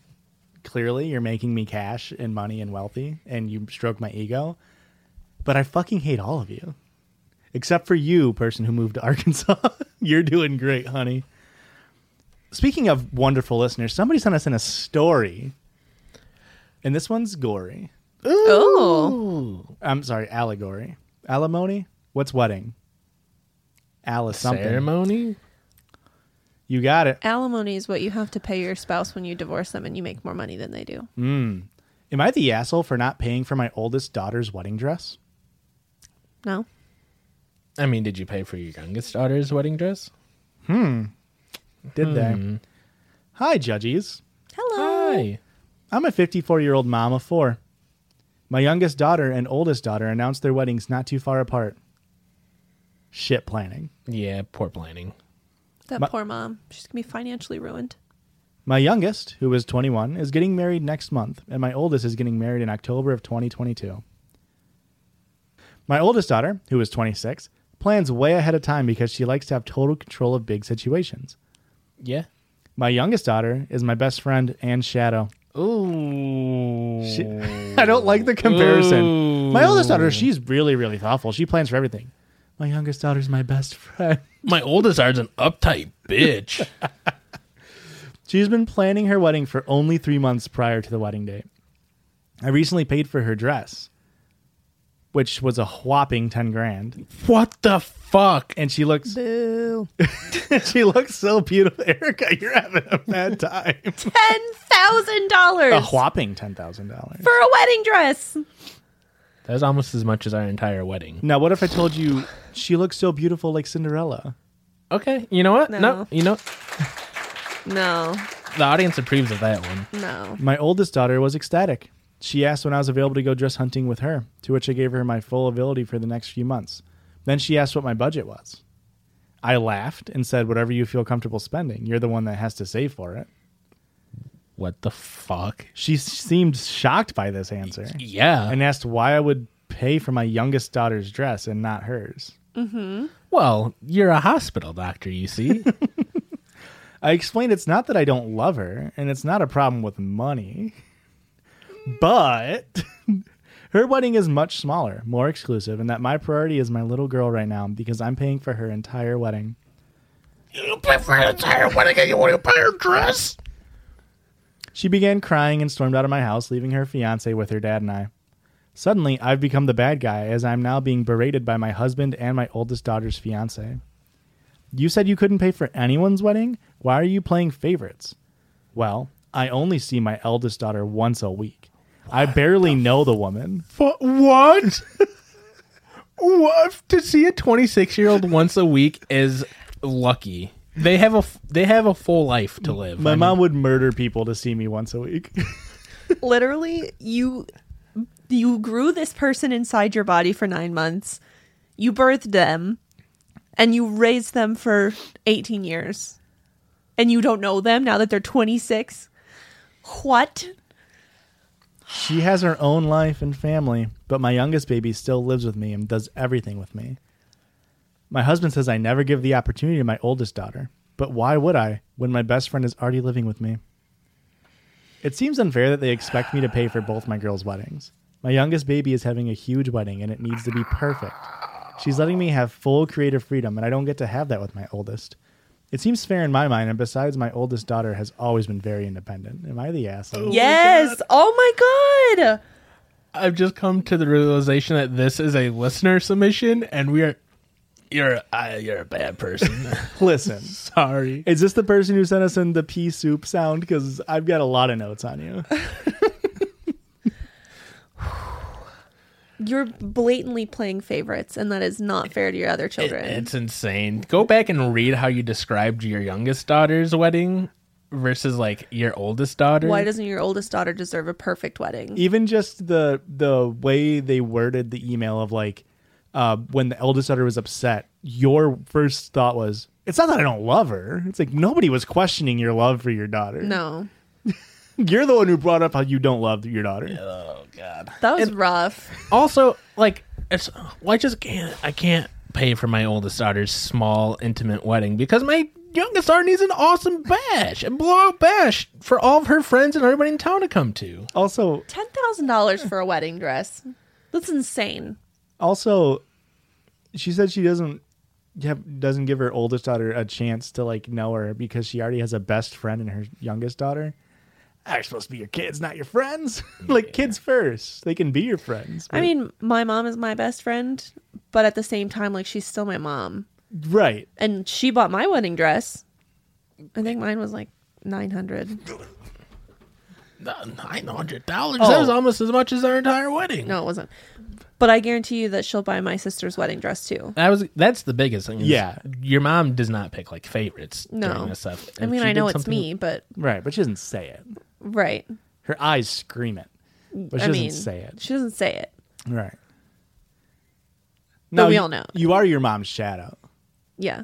Speaker 1: Clearly, you're making me cash and money and wealthy, and you stroke my ego. But I fucking hate all of you. Except for you, person who moved to Arkansas. you're doing great, honey. Speaking of wonderful listeners, somebody sent us in a story. And this one's gory.
Speaker 2: Oh.
Speaker 1: I'm sorry, allegory. Alimony? What's wedding? Alice something.
Speaker 3: Ceremony.
Speaker 1: You got it.
Speaker 2: Alimony is what you have to pay your spouse when you divorce them and you make more money than they do.
Speaker 1: Am I the asshole for not paying for my oldest daughter's wedding dress?
Speaker 2: No?
Speaker 3: I mean, did you pay for your youngest daughter's wedding dress?
Speaker 1: Did they? Hi, judges. Uh,
Speaker 2: Hello.
Speaker 3: Hi.
Speaker 1: I'm a 54 year old mom of four. My youngest daughter and oldest daughter announced their weddings not too far apart. Shit planning.
Speaker 3: Yeah, poor planning.
Speaker 2: That
Speaker 1: My-
Speaker 2: poor mom. She's going to be financially ruined.
Speaker 1: My youngest, who is 21, is getting married next month, and my oldest is getting married in October of 2022. My oldest daughter, who is 26, plans way ahead of time because she likes to have total control of big situations.
Speaker 3: Yeah.
Speaker 1: My youngest daughter is my best friend and shadow.
Speaker 3: Ooh.
Speaker 1: She- I don't like the comparison. My oldest daughter, she's really, really thoughtful. She plans for everything. My youngest daughter's my best friend.
Speaker 3: My oldest daughter's an uptight bitch.
Speaker 1: She's been planning her wedding for only three months prior to the wedding date. I recently paid for her dress, which was a whopping ten grand,
Speaker 3: what the fuck?
Speaker 1: and she looks. she looks so beautiful, Erica. You're having a bad time. a
Speaker 2: $10,000
Speaker 1: whopping ten thousand dollars.
Speaker 2: for a wedding dress.
Speaker 3: That's almost as much as our entire wedding.
Speaker 1: Now, what if I told you she looks so beautiful like Cinderella?
Speaker 3: Okay, you know what? No,
Speaker 2: No.
Speaker 3: you know
Speaker 2: No,
Speaker 3: the audience approves of that one.
Speaker 2: no.
Speaker 1: My oldest daughter was ecstatic. She asked when I was available to go dress hunting with her, to which I gave her my full ability for the next few months. Then she asked what my budget was. I laughed and said, Whatever you feel comfortable spending, you're the one that has to save for it.
Speaker 3: What the fuck?
Speaker 1: She s- seemed shocked by this answer
Speaker 3: Yeah.
Speaker 1: and asked why I would pay for my youngest daughter's dress and not hers.
Speaker 3: well, you're a hospital doctor, you see.
Speaker 1: I explained it's not that I don't love her, and it's not a problem with money, but her wedding is much smaller, more exclusive, and that my priority is my little girl right now because I'm paying for her entire wedding.
Speaker 3: you pay for an entire wedding and you want to pay her dress?
Speaker 1: She began crying and stormed out of my house, leaving her fiance with her dad and I. Suddenly, I've become the bad guy as I'm now being berated by my husband and my oldest daughter's fiance. You said you couldn't pay for anyone's wedding? Why are you playing favorites? Well, I only see my eldest daughter once a week. I barely know the woman.
Speaker 3: But what? what? To see a 26 year old once a week is lucky. They have a f- they have a full life to live.
Speaker 1: My
Speaker 3: I mean,
Speaker 1: mom would murder people to see me once a week.
Speaker 2: Literally, you you grew this person inside your body for 9 months. You birthed them and you raised them for 18 years. And you don't know them now that they're 26. What?
Speaker 1: she has her own life and family, but my youngest baby still lives with me and does everything with me. My husband says I never give the opportunity to my oldest daughter, but why would I when my best friend is already living with me? It seems unfair that they expect me to pay for both my girls' weddings. My youngest baby is having a huge wedding and it needs to be perfect. She's letting me have full creative freedom, and I don't get to have that with my oldest. It seems fair in my mind, and besides, my oldest daughter has always been very independent. Am I the asshole?
Speaker 2: yes. oh my god.
Speaker 3: I've just come to the realization that this is a listener submission, and we are you're uh, you're a bad person.
Speaker 1: Listen.
Speaker 3: Sorry.
Speaker 1: Is this the person who sent us in the pea soup sound? Because I've got a lot of notes on you.
Speaker 2: You're blatantly playing favorites and that is not fair to your other children.
Speaker 3: It's insane. Go back and read how you described your youngest daughter's wedding versus like your oldest daughter.
Speaker 2: Why doesn't your oldest daughter deserve a perfect wedding?
Speaker 1: Even just the the way they worded the email of like uh, when the eldest daughter was upset, your first thought was, "It's not that I don't love her." It's like nobody was questioning your love for your daughter.
Speaker 2: No.
Speaker 1: You're the one who brought up how you don't love your daughter.
Speaker 3: oh god.
Speaker 2: That was rough.
Speaker 3: Also, like it's well, I just can't I can't pay for my oldest daughter's small intimate wedding because my youngest daughter needs an awesome bash, a blowout bash for all of her friends and everybody in town to come to.
Speaker 1: Also,
Speaker 2: Ten thousand dollars for a wedding dress. That's insane.
Speaker 1: also, she said she doesn't have, doesn't give her oldest daughter a chance to like know her because she already has a best friend in her youngest daughter. They're supposed to be your kids, not your friends. like kids first, they can be your friends.
Speaker 2: I mean, my mom is my best friend, but at the same time, like she's still my mom.
Speaker 1: but- right?
Speaker 2: And she bought my wedding dress. I think mine was like nine hundred.
Speaker 3: Oh. Nine hundred dollars. That was almost as much as our entire wedding.
Speaker 2: No, it wasn't. But I guarantee you that she'll buy my sister's wedding dress too.
Speaker 3: That was that's the biggest thing. is
Speaker 1: Yeah.
Speaker 3: your mom does not pick like favorites.
Speaker 2: No.
Speaker 3: during this stuff.
Speaker 2: I
Speaker 3: If
Speaker 2: mean,
Speaker 3: she
Speaker 2: I
Speaker 3: did
Speaker 2: know it's
Speaker 3: something-
Speaker 2: me, but
Speaker 1: Right, but she doesn't say it.
Speaker 2: right.
Speaker 1: Her eyes scream it, but she
Speaker 2: I
Speaker 1: doesn't
Speaker 2: mean,
Speaker 1: say it.
Speaker 2: She doesn't say it.
Speaker 1: Right.
Speaker 2: we
Speaker 1: you-
Speaker 2: all know.
Speaker 1: You are your mom's shadow.
Speaker 2: Yeah.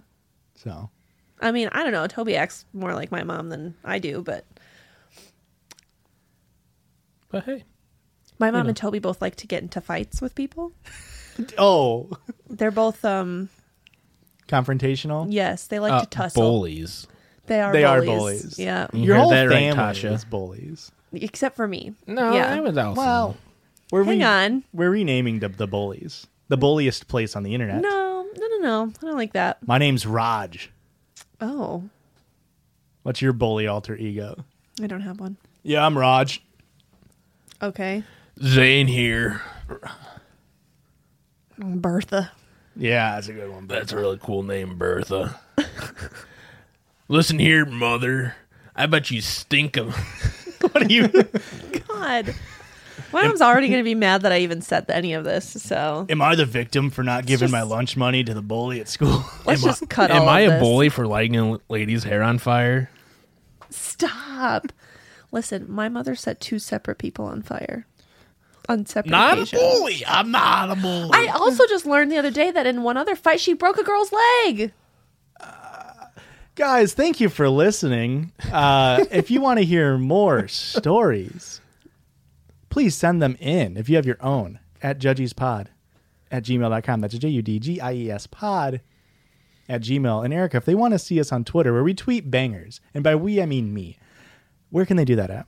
Speaker 1: So
Speaker 2: I mean, I don't know. Toby acts more like my mom than I do, but
Speaker 3: But hey,
Speaker 2: my mom and Toby both like to get into fights with people.
Speaker 1: Oh.
Speaker 2: They're both um
Speaker 1: Confrontational.
Speaker 2: yes, they like
Speaker 3: uh,
Speaker 2: to tussle.
Speaker 3: bullies.
Speaker 2: They are
Speaker 1: They are
Speaker 2: bullies.
Speaker 1: bullies.
Speaker 2: Yeah.
Speaker 3: You
Speaker 1: Your
Speaker 3: heard
Speaker 1: whole
Speaker 3: that right,
Speaker 1: family
Speaker 3: Tasha.
Speaker 1: is bullies.
Speaker 2: Except for me.
Speaker 3: No,
Speaker 2: yeah.
Speaker 3: I was also
Speaker 1: Well, we're
Speaker 2: Hang on.
Speaker 1: We're renaming the, the bullies. The bulliest place on the internet.
Speaker 2: No, no, no, no. I don't like that.
Speaker 1: My name's Raj.
Speaker 2: Oh,
Speaker 1: What's your bully alter ego?
Speaker 2: I don't have one.
Speaker 1: Yeah, I'm Raj.
Speaker 2: Okay.
Speaker 3: Zane here.
Speaker 2: Bertha.
Speaker 1: Yeah, that's a good one.
Speaker 3: That's a really cool name, Bertha. Listen here, mother. I bet you stink of.
Speaker 1: what are you?
Speaker 2: God. My mom's already going to be mad that I even said any of this, so
Speaker 1: am I the victim for not giving my
Speaker 2: just-
Speaker 1: lunch money to the bully at school?
Speaker 2: let's
Speaker 3: Am I-
Speaker 2: just cut all
Speaker 3: Am
Speaker 2: of
Speaker 3: I a
Speaker 2: this.
Speaker 3: bully for lighting a lady's hair on fire?
Speaker 2: Stop. Listen, my mother set two separate people on fire on separate
Speaker 3: Not a
Speaker 2: occasions.
Speaker 3: bully. I'm not a bully.
Speaker 2: I also just learned the other day that in one other fight she broke a girl's leg.
Speaker 1: Guys, thank you for listening. Uh, if you want to hear more stories, please send them in if you have your own at judgiespod at gmail.com. That's J U D G I E S pod at gmail. And Erica, if they want to see us on Twitter where we tweet bangers, and by we, I mean me, where can they do that at?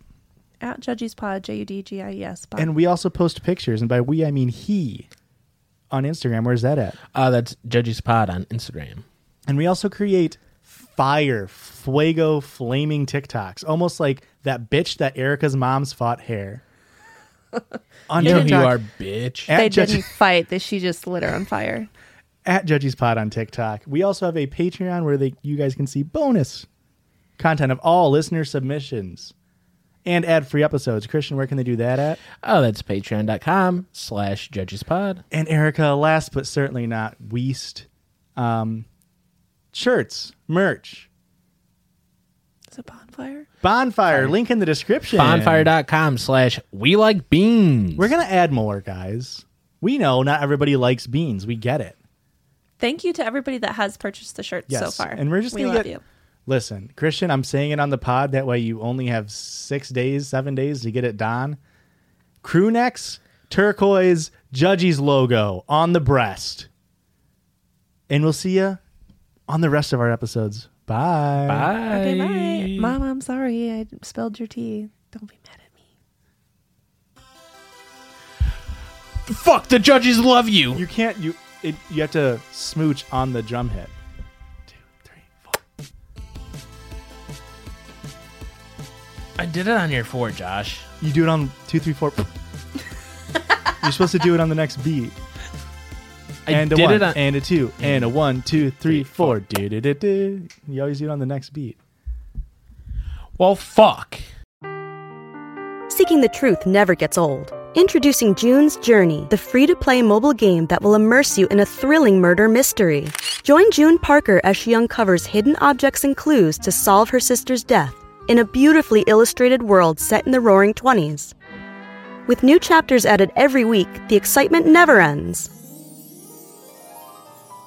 Speaker 2: At Judgy's Pod, J U D G I E S. pod.
Speaker 1: And we also post pictures, and by we, I mean he on Instagram. Where's that at?
Speaker 3: uh, that's Judgy's Pod on Instagram.
Speaker 1: And we also create fire, fuego, flaming TikToks, almost like that bitch that Erica's mom's fought hair. On
Speaker 3: You know who you
Speaker 1: TikTok,
Speaker 3: are, bitch.
Speaker 1: At,
Speaker 2: they
Speaker 1: Judge-
Speaker 2: didn't fight. They, she just lit her on fire.
Speaker 1: at Judgy's Pod on TikTok. We also have a Patreon where they, you guys can see bonus content of all listener submissions and ad free episodes. Christian, where can they do that at?
Speaker 3: Oh, that's patreon.com slash Judges Pod.
Speaker 1: And Erica, last but certainly not least, um, shirts, merch,
Speaker 2: It's a bonfire.
Speaker 1: bonfire, link in the description.
Speaker 3: Bonfire.com slash We Like Beans.
Speaker 1: We're gonna add more, guys. We know not everybody likes beans. We get it.
Speaker 2: Thank you to everybody that has purchased the shirts
Speaker 1: Yes.
Speaker 2: so far.
Speaker 1: And we're just
Speaker 2: we
Speaker 1: gonna
Speaker 2: love
Speaker 1: get-
Speaker 2: you.
Speaker 1: Listen, Christian, I'm saying it on the pod. That way, you only have six days, seven days to get it done. Crew necks, turquoise, Judgy's logo on the breast, and we'll see you on the rest of our episodes. Bye.
Speaker 3: Bye.
Speaker 2: Okay, bye. Mom, I'm sorry. I spilled your tea. Don't be mad at me.
Speaker 3: Fuck, the judges love you.
Speaker 1: You can't. You it, you have to smooch on the drum hit. Two, three, four.
Speaker 3: I did it on your four, Josh.
Speaker 1: You do it on two, three, four. You're supposed to do it on the next beat.
Speaker 3: I
Speaker 1: and a
Speaker 3: did
Speaker 1: one,
Speaker 3: it on.
Speaker 1: and a two, and a one, two, three, four. Do do do do. You always do it on the next beat.
Speaker 3: well, fuck.
Speaker 7: Seeking the truth never gets old. Introducing June's Journey, the free to play mobile game that will immerse you in a thrilling murder mystery. Join June Parker as she uncovers hidden objects and clues to solve her sister's death in a beautifully illustrated world set in the roaring 20s. With new chapters added every week, the excitement never ends.